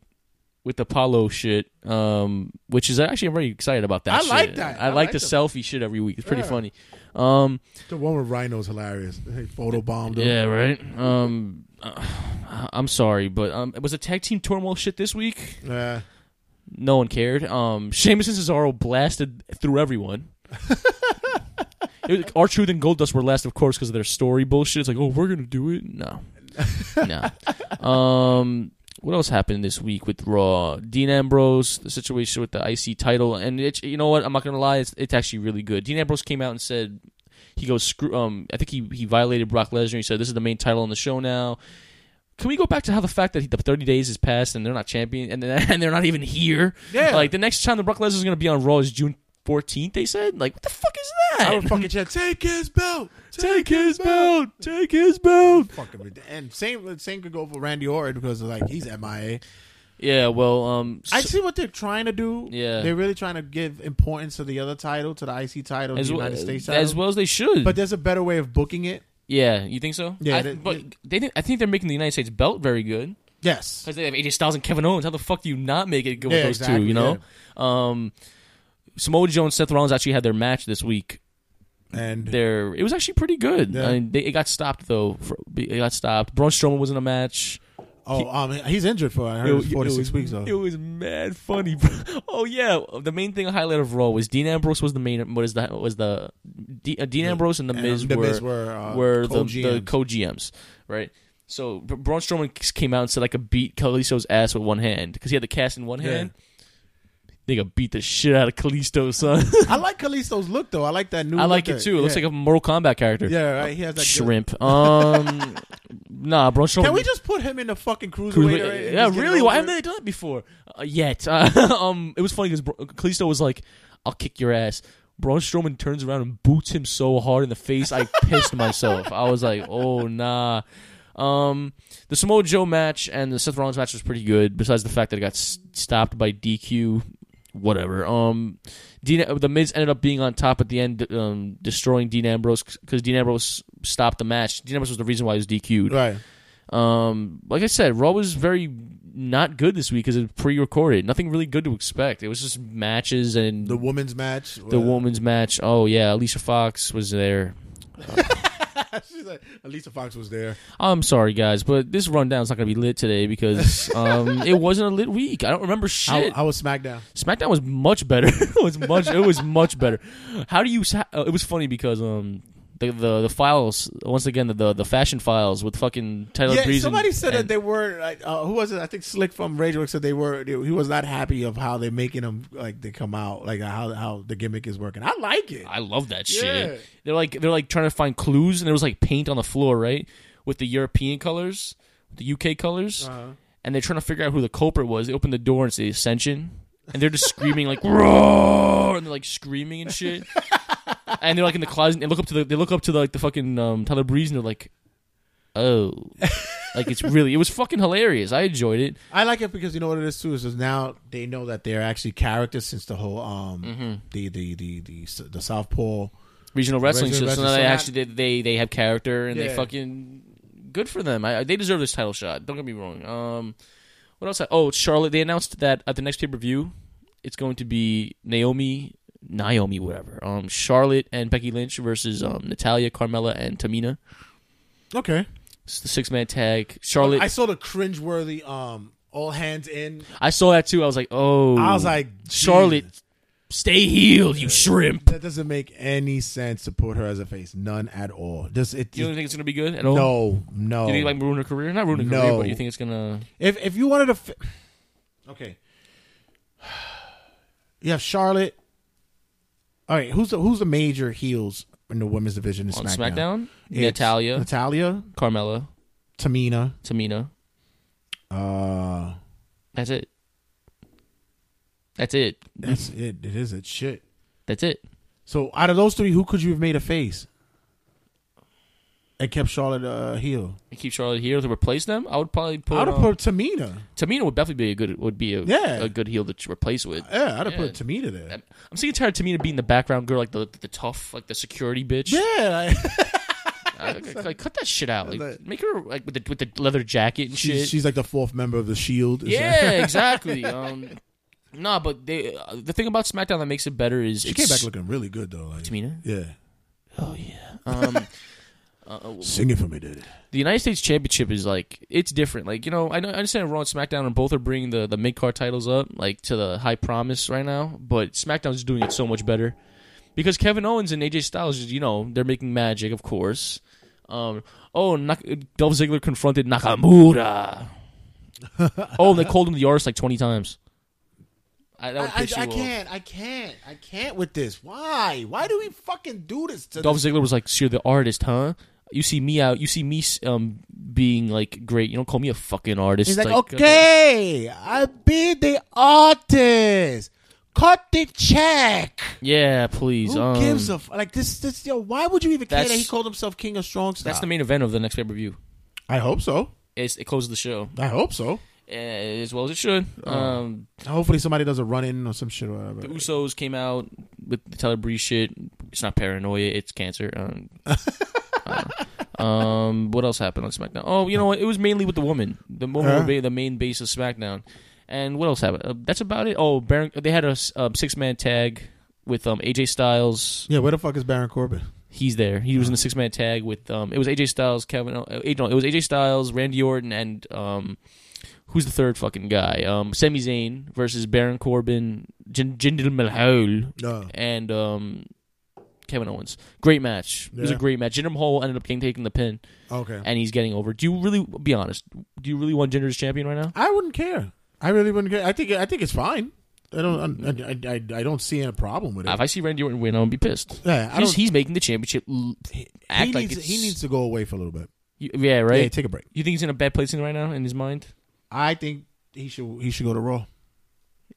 Speaker 5: with the Apollo shit, um, which is actually I'm very excited about that.
Speaker 4: I
Speaker 5: shit.
Speaker 4: like that.
Speaker 5: I,
Speaker 4: I
Speaker 5: like,
Speaker 4: like
Speaker 5: the
Speaker 4: the-
Speaker 5: selfie shit every week. It's pretty funny. Um,
Speaker 4: The one with Rhino's hilarious. Hey, photo bombed him.
Speaker 5: yeah, right. Um, uh, I'm sorry, but um, it was a tag team turmoil shit this week.
Speaker 4: Yeah.
Speaker 5: no one cared. Um, Sheamus and Cesaro blasted through everyone. Our truth and Goldust were last, of course, because of their story bullshit. It's like, oh, we're gonna do it. No, no. Um, what else happened this week with Raw? Dean Ambrose, the situation with the IC title, and it, you know what? I'm not gonna lie, it's, it's actually really good. Dean Ambrose came out and said he goes screw. Um, I think he he violated Brock Lesnar. He said this is the main title on the show now can we go back to how the fact that the 30 days has passed and they're not champion and then, and they're not even here?
Speaker 4: Yeah.
Speaker 5: Like the next time the Brock Lesnar's going to be on Raw is June 14th. They said. Like what the fuck is that?
Speaker 4: I would fucking chat. Take his belt.
Speaker 5: take his belt. Take his belt.
Speaker 4: Fucking rid- and same same could go for Randy Orton because like he's MIA.
Speaker 5: Yeah. Well. Um.
Speaker 4: I
Speaker 5: so-
Speaker 4: see what they're trying to do.
Speaker 5: Yeah.
Speaker 4: they're really trying to give importance to the other title, to the IC title,
Speaker 5: as
Speaker 4: the
Speaker 5: well,
Speaker 4: United States title.
Speaker 5: as well as they should.
Speaker 4: But there's a better way of booking it.
Speaker 5: yeah. You think so?
Speaker 4: Yeah,
Speaker 5: I,
Speaker 4: they-
Speaker 5: but they. Think, I think they're making the United States belt very good.
Speaker 4: Yes,
Speaker 5: because they have AJ Styles and Kevin Owens. How the fuck do you not make it good with
Speaker 4: Yeah,
Speaker 5: those two?
Speaker 4: exactly,
Speaker 5: You know, um, Samoa Joe and Seth Rollins actually had their match this week.
Speaker 4: and
Speaker 5: Their it was actually pretty good.
Speaker 4: Yeah.
Speaker 5: I mean, they, it got stopped though. For, it got stopped. Braun Strowman was in a match.
Speaker 4: oh, um, he's injured for I heard it's four to six weeks though.
Speaker 5: It was mad funny. Bro. Oh yeah, the main thing I highlight of Raw was Dean Ambrose was the main. What is that? Was the D, uh, Dean Ambrose and the
Speaker 4: And
Speaker 5: Miz
Speaker 4: The
Speaker 5: were
Speaker 4: Miz were, uh,
Speaker 5: were the, the
Speaker 4: co-GMs.
Speaker 5: co GMs, right? So Br- Braun Strowman came out and said I could beat Kalisto's ass with one hand because he had the cast in one hand. They could beat the shit out of Kalisto, son.
Speaker 4: I like Kalisto's look though. I like that new.
Speaker 5: I
Speaker 4: look
Speaker 5: like
Speaker 4: there.
Speaker 5: it too. It looks
Speaker 4: Yeah.
Speaker 5: like a Mortal Kombat character.
Speaker 4: yeah, right. He has that good-
Speaker 5: Shrimp. Um, nah, Braun Strowman.
Speaker 4: Can we just put him in the fucking cruiserweight?
Speaker 5: Cruiserweight-
Speaker 4: already and
Speaker 5: yeah,
Speaker 4: just get it
Speaker 5: really? Why
Speaker 4: over
Speaker 5: haven't
Speaker 4: with?
Speaker 5: they done it before uh, yet? Uh, um, it was funny because Kalisto was like, "I'll kick your ass." Braun Strowman turns around and boots him so hard in the face, I pissed myself. I was like, "Oh nah." Um, the Samoa Joe match and the Seth Rollins match was pretty good. Besides the fact that it got s- stopped by DQ, whatever. Um, Dean, the Miz ended up being on top at the end, um, destroying Dean Ambrose because Dean Ambrose stopped the match. Dean Ambrose was the reason why he was DQ'd.
Speaker 4: Right.
Speaker 5: Um, like I said, Raw was very not good this week because it was pre-recorded. Nothing really good to expect. It was just matches and
Speaker 4: The
Speaker 5: the,
Speaker 4: women's match.
Speaker 5: woman's match. Oh yeah, Alicia Fox was there.
Speaker 4: She's like, Elisa Fox was there.
Speaker 5: I'm sorry guys, but this rundown's not gonna be lit today because um, it wasn't a lit week. I don't remember
Speaker 4: I,
Speaker 5: shit.
Speaker 4: I was SmackDown.
Speaker 5: SmackDown was much better. it was much. It was much better. How do you? sa- Uh, it was funny because um. The, the the files once again the the, the fashion files with fucking Tyler
Speaker 4: Yeah,
Speaker 5: Breeze and-
Speaker 4: somebody said that
Speaker 5: and-
Speaker 4: they were. Like, uh, who was it? I think Slick from Rageworks said they were. He was not happy of how they're making them. Like they come out. Like uh, how how the gimmick is working. I like it.
Speaker 5: I love that shit.
Speaker 4: Yeah.
Speaker 5: They're like they're like trying to find clues, and there was like paint on the floor, right, with the European colors, the UK colors, and they're trying to figure out who the culprit was. They open the door and it's the Ascension, and they're just screaming like roar, and they're like screaming and shit. and they're like in the closet and look up to the they look up to the, like the fucking um, Tyler Breeze, and they're like, oh, like it's really it was fucking hilarious. I enjoyed it.
Speaker 4: I like it because you know what it is too is is now they know that they're actually characters since the whole um
Speaker 5: Mm-hmm.
Speaker 4: the, the the the the South Pole.
Speaker 5: regional wrestling
Speaker 4: Regional
Speaker 5: shit. So
Speaker 4: wrestling,
Speaker 5: now they
Speaker 4: so
Speaker 5: actually they, they they have character and they
Speaker 4: Yeah.
Speaker 5: fucking good for them. I, I- they deserve this title shot. Don't get me wrong. Um, what else? I, oh, Charlotte. They announced that at the next pay per view, it's going to be Naomi Naomi, whatever. Um, Charlotte and Becky Lynch versus um Natalia, Carmella, and Tamina.
Speaker 4: Okay.
Speaker 5: It's the six man tag. Charlotte.
Speaker 4: I saw the cringeworthy um all hands in.
Speaker 5: I saw that too. I was like, oh.
Speaker 4: Oh, I was like,
Speaker 5: Charlotte,
Speaker 4: Jesus,
Speaker 5: stay healed, you shrimp.
Speaker 4: that doesn't make any sense to put her as a face. None at all. Just it.
Speaker 5: You don't think it's gonna be good at all?
Speaker 4: no, no.
Speaker 5: You think it, like ruin her career? Not ruin her
Speaker 4: No.
Speaker 5: career, but you think it's gonna?
Speaker 4: If if you wanted to, fi- okay. You have Charlotte. All right, who's the who's the major heels in the women's division in
Speaker 5: On
Speaker 4: SmackDown?
Speaker 5: SmackDown?
Speaker 4: It's
Speaker 5: Natalya.
Speaker 4: Natalia,
Speaker 5: Carmella,
Speaker 4: Tamina.
Speaker 5: Tamina.
Speaker 4: Uh,
Speaker 5: That's it. That's it.
Speaker 4: that's
Speaker 5: Mm-hmm.
Speaker 4: it. It is it. Shit.
Speaker 5: That's it.
Speaker 4: So out of those three, who could you have made a face? And kept Charlotte uh, heel.
Speaker 5: I keep Charlotte here to replace them. I would probably put,
Speaker 4: I'd have
Speaker 5: um,
Speaker 4: put Tamina.
Speaker 5: Tamina would definitely be a good would be a,
Speaker 4: Yeah.
Speaker 5: a good heel to replace with.
Speaker 4: Yeah, I'd have
Speaker 5: Yeah.
Speaker 4: put Tamina there.
Speaker 5: I'm sick and tired of Tamina being the background girl, like the the tough, like the security bitch.
Speaker 4: Yeah,
Speaker 5: I- I- like, cut that shit out. Like,
Speaker 4: That-
Speaker 5: make her like with the with the leather jacket and shit.
Speaker 4: she's, she's like the fourth member of the Shield. Is
Speaker 5: yeah,
Speaker 4: that-
Speaker 5: exactly. Um, nah, but they, uh, the thing about SmackDown that makes it better is
Speaker 4: she came back looking really good though. Like
Speaker 5: Tamina?
Speaker 4: Yeah,
Speaker 5: Oh yeah. Um,
Speaker 4: sing it for me, dude.
Speaker 5: the United States Championship is like it's different. Like you know, I know I understand Raw and SmackDown, and both are bringing the the mid card titles up like to the high promise right now. But SmackDown's doing it so much better because Kevin Owens and AJ Styles, you know, they're making magic, of course. Um, oh, Nak- Dolph Ziggler confronted Nakamura. oh, they called him the artist like twenty times. I, that would piss you off.
Speaker 4: I can't, I can't with this. Why? Why do we fucking do this to
Speaker 5: Dolph Ziggler was like, "So "You're the artist, huh? You see me out. You see me um being like great. You don't call me a fucking artist."
Speaker 4: He's like, okay, I be the artist. Cut the check.
Speaker 5: Yeah, please.
Speaker 4: Who
Speaker 5: um,
Speaker 4: gives a f- like this? This yo, why would you even care that
Speaker 5: that's-
Speaker 4: he called himself King of Strong Style?
Speaker 5: That's the main event of the next pay per view.
Speaker 4: I hope so.
Speaker 5: It's It closes the show
Speaker 4: I hope so.
Speaker 5: eh, as well as it should.
Speaker 4: Oh,
Speaker 5: Um,
Speaker 4: Hopefully somebody does a run in or some shit or whatever.
Speaker 5: the Usos came out with the Tyler Breeze shit. It's not paranoia. It's cancer. Um, I don't know. um, what else happened on SmackDown? Oh, you know what? It was mainly with the woman. The woman
Speaker 4: Huh?
Speaker 5: were ba- the main base of SmackDown. And what else happened? Uh, that's about it. Oh, Baron. They had a six man tag with um AJ Styles.
Speaker 4: Yeah, where the fuck is Baron Corbin?
Speaker 5: He's there. He was
Speaker 4: Hmm.
Speaker 5: in the six man tag with um. It was AJ Styles, Kevin. Uh, eh, no, it was AJ Styles, Randy Orton, and um, who's the third fucking guy? Um, Sami Zayn versus Baron Corbin, Jin- Jinder Mahal,
Speaker 4: No.
Speaker 5: and um, Kevin Owens. Great match. It was a
Speaker 4: Yeah.
Speaker 5: great match. Jinder Mahal ended up getting taking the pin,
Speaker 4: Okay.
Speaker 5: and he's getting over. Do you really be honest? Do you really want Jinder as champion right now?
Speaker 4: I wouldn't care. I really wouldn't care. I think I think it's fine. I don't I, I, I, I don't see a problem with it.
Speaker 5: If I see Randy Orton win, I'm gonna be pissed.
Speaker 4: Yeah, I
Speaker 5: he's,
Speaker 4: don't-
Speaker 5: he's making the championship. l- Act
Speaker 4: he,
Speaker 5: like
Speaker 4: needs,
Speaker 5: it's,
Speaker 4: he needs to go away for a little bit.
Speaker 5: Yeah, right.
Speaker 4: Yeah, take a break.
Speaker 5: you think he's in a bad place right now in his mind?
Speaker 4: I think he should he should go to Raw.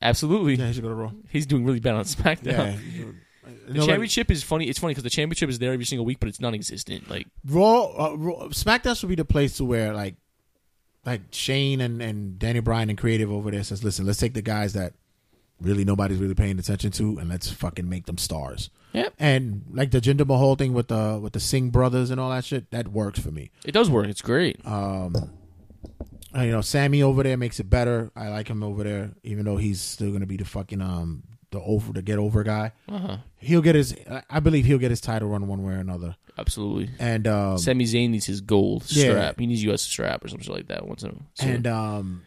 Speaker 5: Absolutely.
Speaker 4: Yeah, he should go to Raw.
Speaker 5: He's doing really bad on SmackDown.
Speaker 4: Yeah.
Speaker 5: The championship is funny. It's funny because the championship is there every single week, but it's non-existent. Like
Speaker 4: Raw, uh, Raw SmackDown should be the place to where like like Shane and, and Danny Bryan and creative over there says, listen, let's take the guys that really nobody's really paying attention to and let's fucking make them stars.
Speaker 5: Yep.
Speaker 4: And like the Jinder Mahal thing with the with the Singh brothers and all that shit, that works for me.
Speaker 5: it does work. It's great.
Speaker 4: Uh, you know, Sammy over there makes it better. I like him over there, even though he's still gonna be the fucking um the over the get over guy. He'll get his. I- I believe he'll get his title run one way or another.
Speaker 5: Absolutely.
Speaker 4: And um,
Speaker 5: Sami Zayn needs his gold
Speaker 4: Yeah.
Speaker 5: strap. He needs U.S. strap or something like that. Once in a so-
Speaker 4: and um,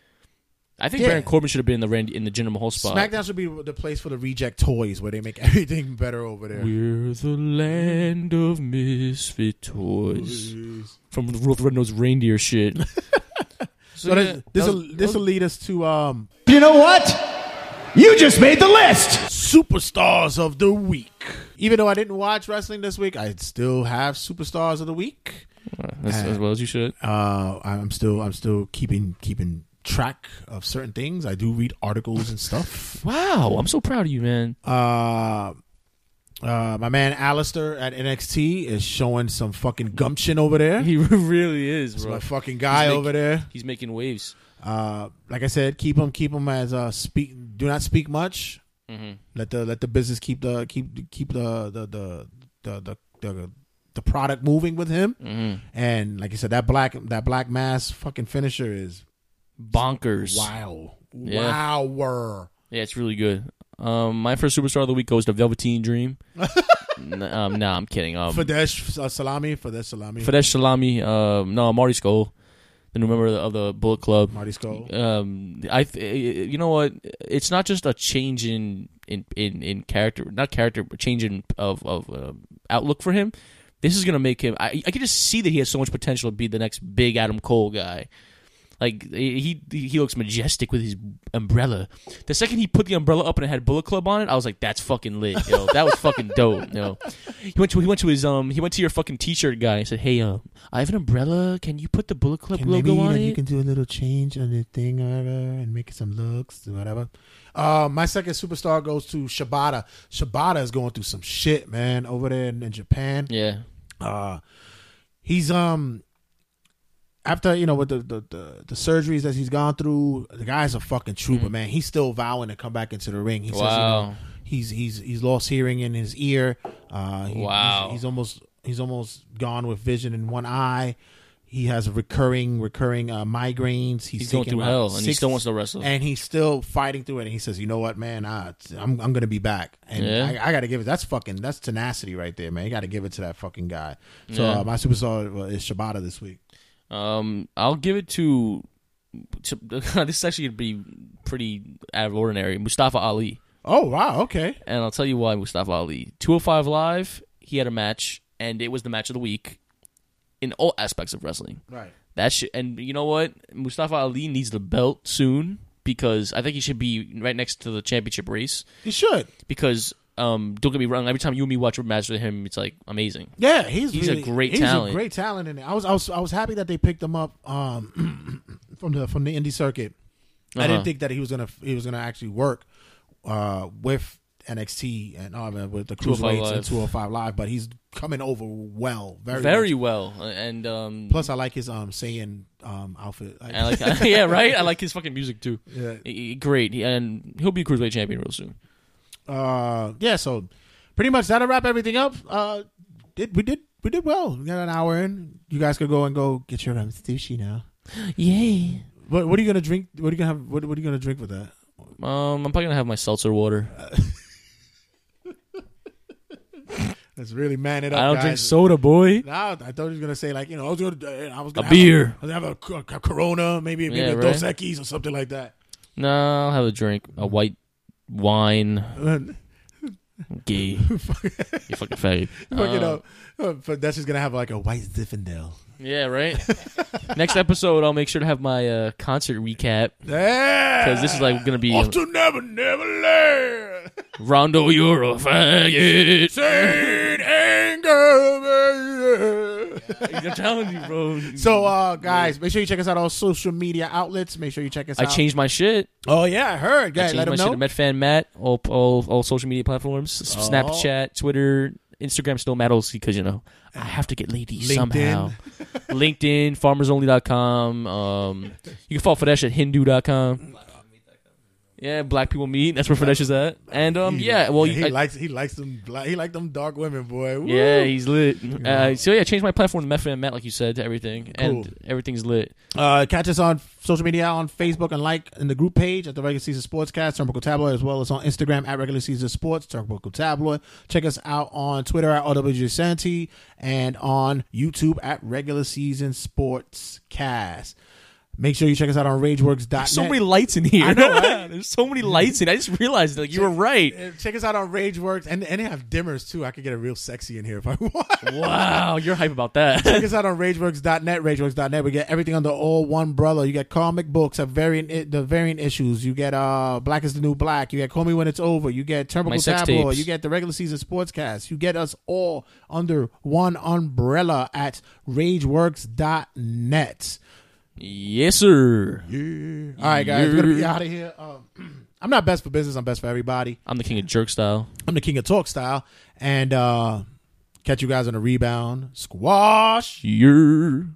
Speaker 5: I think
Speaker 4: yeah.
Speaker 5: Baron Corbin should have been in the Randy, in the Jinder Mahal spot.
Speaker 4: SmackDown should be the place for the reject toys where they make everything better over there.
Speaker 5: We're the land of misfit toys. From the Wolf Red Nose Reindeer shit. so
Speaker 4: So
Speaker 5: yeah,
Speaker 4: this this
Speaker 5: that
Speaker 4: will
Speaker 5: was- that
Speaker 4: this will
Speaker 5: was-
Speaker 4: lead us to um
Speaker 7: You know what? You just made the list!
Speaker 4: superstars of the week. Even though I didn't watch wrestling this week, I still have superstars of the week.
Speaker 5: that's-
Speaker 4: Ah.
Speaker 5: as well as you should.
Speaker 4: Uh, I'm still I'm still keeping keeping track of certain things. I do read articles and stuff.
Speaker 5: Wow, I'm so proud of you, man.
Speaker 4: Uh, uh, my man Alistair at NXT is showing some fucking gumption over there.
Speaker 5: he really is, bro.
Speaker 4: my fucking guy
Speaker 5: He's making-
Speaker 4: over there.
Speaker 5: He's making waves.
Speaker 4: Uh, like I said, keep him, keep him as uh, speak. Do not speak much. Let the let the business keep the keep keep the the the the the, the, the product moving with him.
Speaker 5: Mm. Mm-hmm.
Speaker 4: And like I said, that black that black mass fucking finisher is
Speaker 5: Bonkers.
Speaker 4: wow,
Speaker 5: Yeah.
Speaker 4: wow.
Speaker 5: Yeah, it's really good. Um, my first superstar of the week goes to Velveteen Dream. N- um, nah, I'm kidding. Um,
Speaker 4: Fadesh uh, Salami, Fadesh Salami,
Speaker 5: Fadesh Salami. Um, no, Marty Skull, the new member of the, of the Bullet Club.
Speaker 4: Marty Skull.
Speaker 5: Um, I th- you know what? It's not just a change in in in, in character, not character, but change in of of uh, outlook for him. This is gonna make him. I I can just see that he has so much potential to be the next big Adam Cole guy. Like he he he looks majestic with his umbrella. The second he put the umbrella up and it had Bullet Club on it, I was like, "That's fucking lit, yo! That was fucking dope, yo!" He went to he went to his um he went to your fucking t-shirt guy and said, "Hey, um, I have an umbrella. Can you put the Bullet Club
Speaker 6: Can
Speaker 5: logo
Speaker 6: maybe you,
Speaker 5: on
Speaker 6: know,
Speaker 5: it?"
Speaker 6: you can do a little change on the thing or whatever and make some looks or whatever.
Speaker 4: Uh, my second superstar goes to Shibata. Shibata is going through some shit, man, over there in, in Japan.
Speaker 5: yeah,
Speaker 4: Uh, he's um after you know with the, the the the surgeries that he's gone through, the guy's a fucking trooper, man. He's still vowing to come back into the ring. He says, you
Speaker 5: Mm. Wow.
Speaker 4: know, he's he's he's lost hearing in his ear. Uh, he-
Speaker 5: Wow.
Speaker 4: he's, he's almost he's almost gone with vision in one eye. He has recurring recurring uh, migraines. He's,
Speaker 5: He's going
Speaker 4: taking
Speaker 5: through
Speaker 4: about
Speaker 5: hell, and he still wants to wrestle.
Speaker 4: And he's still fighting through it. And he says, "You know what, man? I, I'm I'm gonna be back." And
Speaker 5: Yeah.
Speaker 4: I, I got to give it. That's fucking. That's tenacity right there, man. You got to give it to that fucking guy. So uh, my superstar is Shibata this week.
Speaker 5: Um, I'll give it to. to this is actually gonna be pretty out of ordinary. Mustafa Ali,
Speaker 4: Oh wow, okay.
Speaker 5: and I'll tell you why. Mustafa Ali, two hundred five live. He had a match, and it was the match of the week in all aspects of wrestling.
Speaker 4: Right.
Speaker 5: That shit, and you know what? Mustafa Ali needs the belt soon because I think he should be right next to the championship race.
Speaker 4: He should.
Speaker 5: Because um, don't get me wrong, every time you and me watch a match with him, it's like amazing.
Speaker 4: Yeah, he's
Speaker 5: He's a
Speaker 4: really-
Speaker 5: great
Speaker 4: he's
Speaker 5: talent.
Speaker 4: a great talent in it. I was I was I was happy that they picked him up um from the from the indie circuit. I
Speaker 5: Uh-huh.
Speaker 4: didn't think that he was gonna he was gonna actually work uh with NXT and uh, with the
Speaker 5: 205
Speaker 4: cruiserweights and
Speaker 5: Live.
Speaker 4: 205 Live, but he's coming over well, very
Speaker 5: Very
Speaker 4: well.
Speaker 5: well, and um,
Speaker 4: Plus, I like his um saying um outfit.
Speaker 5: I like, yeah, right. I like his fucking music too.
Speaker 4: Yeah.
Speaker 5: He- he- great, He- and he'll be a cruiserweight champion real soon.
Speaker 4: uh yeah so pretty much that'll wrap everything up uh did we did we did well we got an hour in you guys could go and go get your um,
Speaker 6: It's sushi now.
Speaker 5: Yay!
Speaker 4: what, what are you gonna drink what are you gonna have what, what are you gonna drink with that
Speaker 5: Um, I'm probably gonna have my seltzer water.
Speaker 4: let's really man it up
Speaker 5: I don't
Speaker 4: guys.
Speaker 5: drink soda, boy.
Speaker 4: Nah, I thought he was gonna say like you know I was gonna uh, I was gonna
Speaker 5: A
Speaker 4: have
Speaker 5: beer.
Speaker 4: I was gonna have a, a Corona maybe maybe
Speaker 5: Yeah,
Speaker 4: a
Speaker 5: right.
Speaker 4: Dos Equis or something like that.
Speaker 5: No, I'll have a drink, a white wine. Gay, you fucking faggot.
Speaker 4: But, you know, uh, but that's just gonna have like a white Zinfandel.
Speaker 5: Yeah, right. Next episode, I'll make sure to have my uh, concert recap
Speaker 4: Yeah,
Speaker 5: because this is like gonna be
Speaker 4: off to never never land.
Speaker 5: Rondo. You're a faggot.
Speaker 4: Saint anger.
Speaker 5: I'm telling you, bro.
Speaker 4: So, uh, guys, make sure you check us out on all social media outlets. Make sure you check us
Speaker 5: I
Speaker 4: out.
Speaker 5: changed my shit.
Speaker 4: Oh yeah, I heard.
Speaker 5: I
Speaker 4: Yeah,
Speaker 5: changed my
Speaker 4: let them
Speaker 5: shit
Speaker 4: know. Oh.
Speaker 5: to MedFan Matt, all, all all social media platforms, S- Snapchat, Twitter, Instagram, still Matt Olsey, because, you know, I have to get ladies
Speaker 4: LinkedIn.
Speaker 5: somehow. LinkedIn, farmersonly.com. Um, you can follow Fadesh at hindu.com. Yeah, black people meet. That's where Fadesh is at. And, um, yeah, well,
Speaker 4: he
Speaker 5: I-
Speaker 4: likes he likes them bla- he like them dark women, boy. Woo.
Speaker 5: yeah, he's lit. Uh, so, yeah, I changed my platform to MedFan Matt, like you said, to everything.
Speaker 4: Cool.
Speaker 5: And everything's lit.
Speaker 4: Uh, catch us on social media on Facebook and like in the group page at the Regular Season Sportscast, Turnbuckle Tabloid, as well as on Instagram at Regular Season Sports, Turnbuckle Tabloid. Check us out on Twitter at RWG Santy and on YouTube at Regular Season Sportscast. Make sure you check us out on RageWorks.net.
Speaker 5: So many lights in here.
Speaker 4: I know, right?
Speaker 5: There's so many lights in. I just realized like you were right.
Speaker 4: Uh, Check us out on RageWorks, and and they have dimmers too. I could get a real sexy in here if I want.
Speaker 5: Wow, you're hype about that.
Speaker 4: Check us out on RageWorks.net. RageWorks.net. We get everything under all one brother. You get comic books, a variant, i- the variant issues. You get uh, Black is the New Black. You get Call Me When It's Over. You get
Speaker 5: My
Speaker 4: Turnbuckle
Speaker 5: sex
Speaker 4: Tabloid.
Speaker 5: tapes.
Speaker 4: You get the regular season sportscast. You get us all under one umbrella at RageWorks.net.
Speaker 5: Yes, sir.
Speaker 4: All right, guys, we're gonna be out of here. Um, I'm not best for business. I'm best for everybody.
Speaker 5: I'm the king of jerk style.
Speaker 4: I'm the king of talk style, and uh, catch you guys on the rebound squash.
Speaker 5: You're.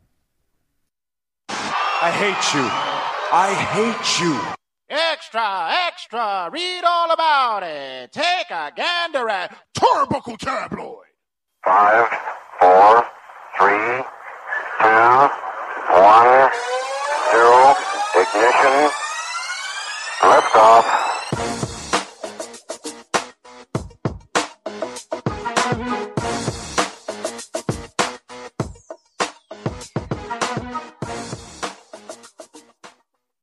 Speaker 1: I hate you. I hate you.
Speaker 2: Extra, extra, read all about it. Take a gander at Turbuckle Tabloid.
Speaker 3: Five, four, three, two, one, zero, ignition, liftoff.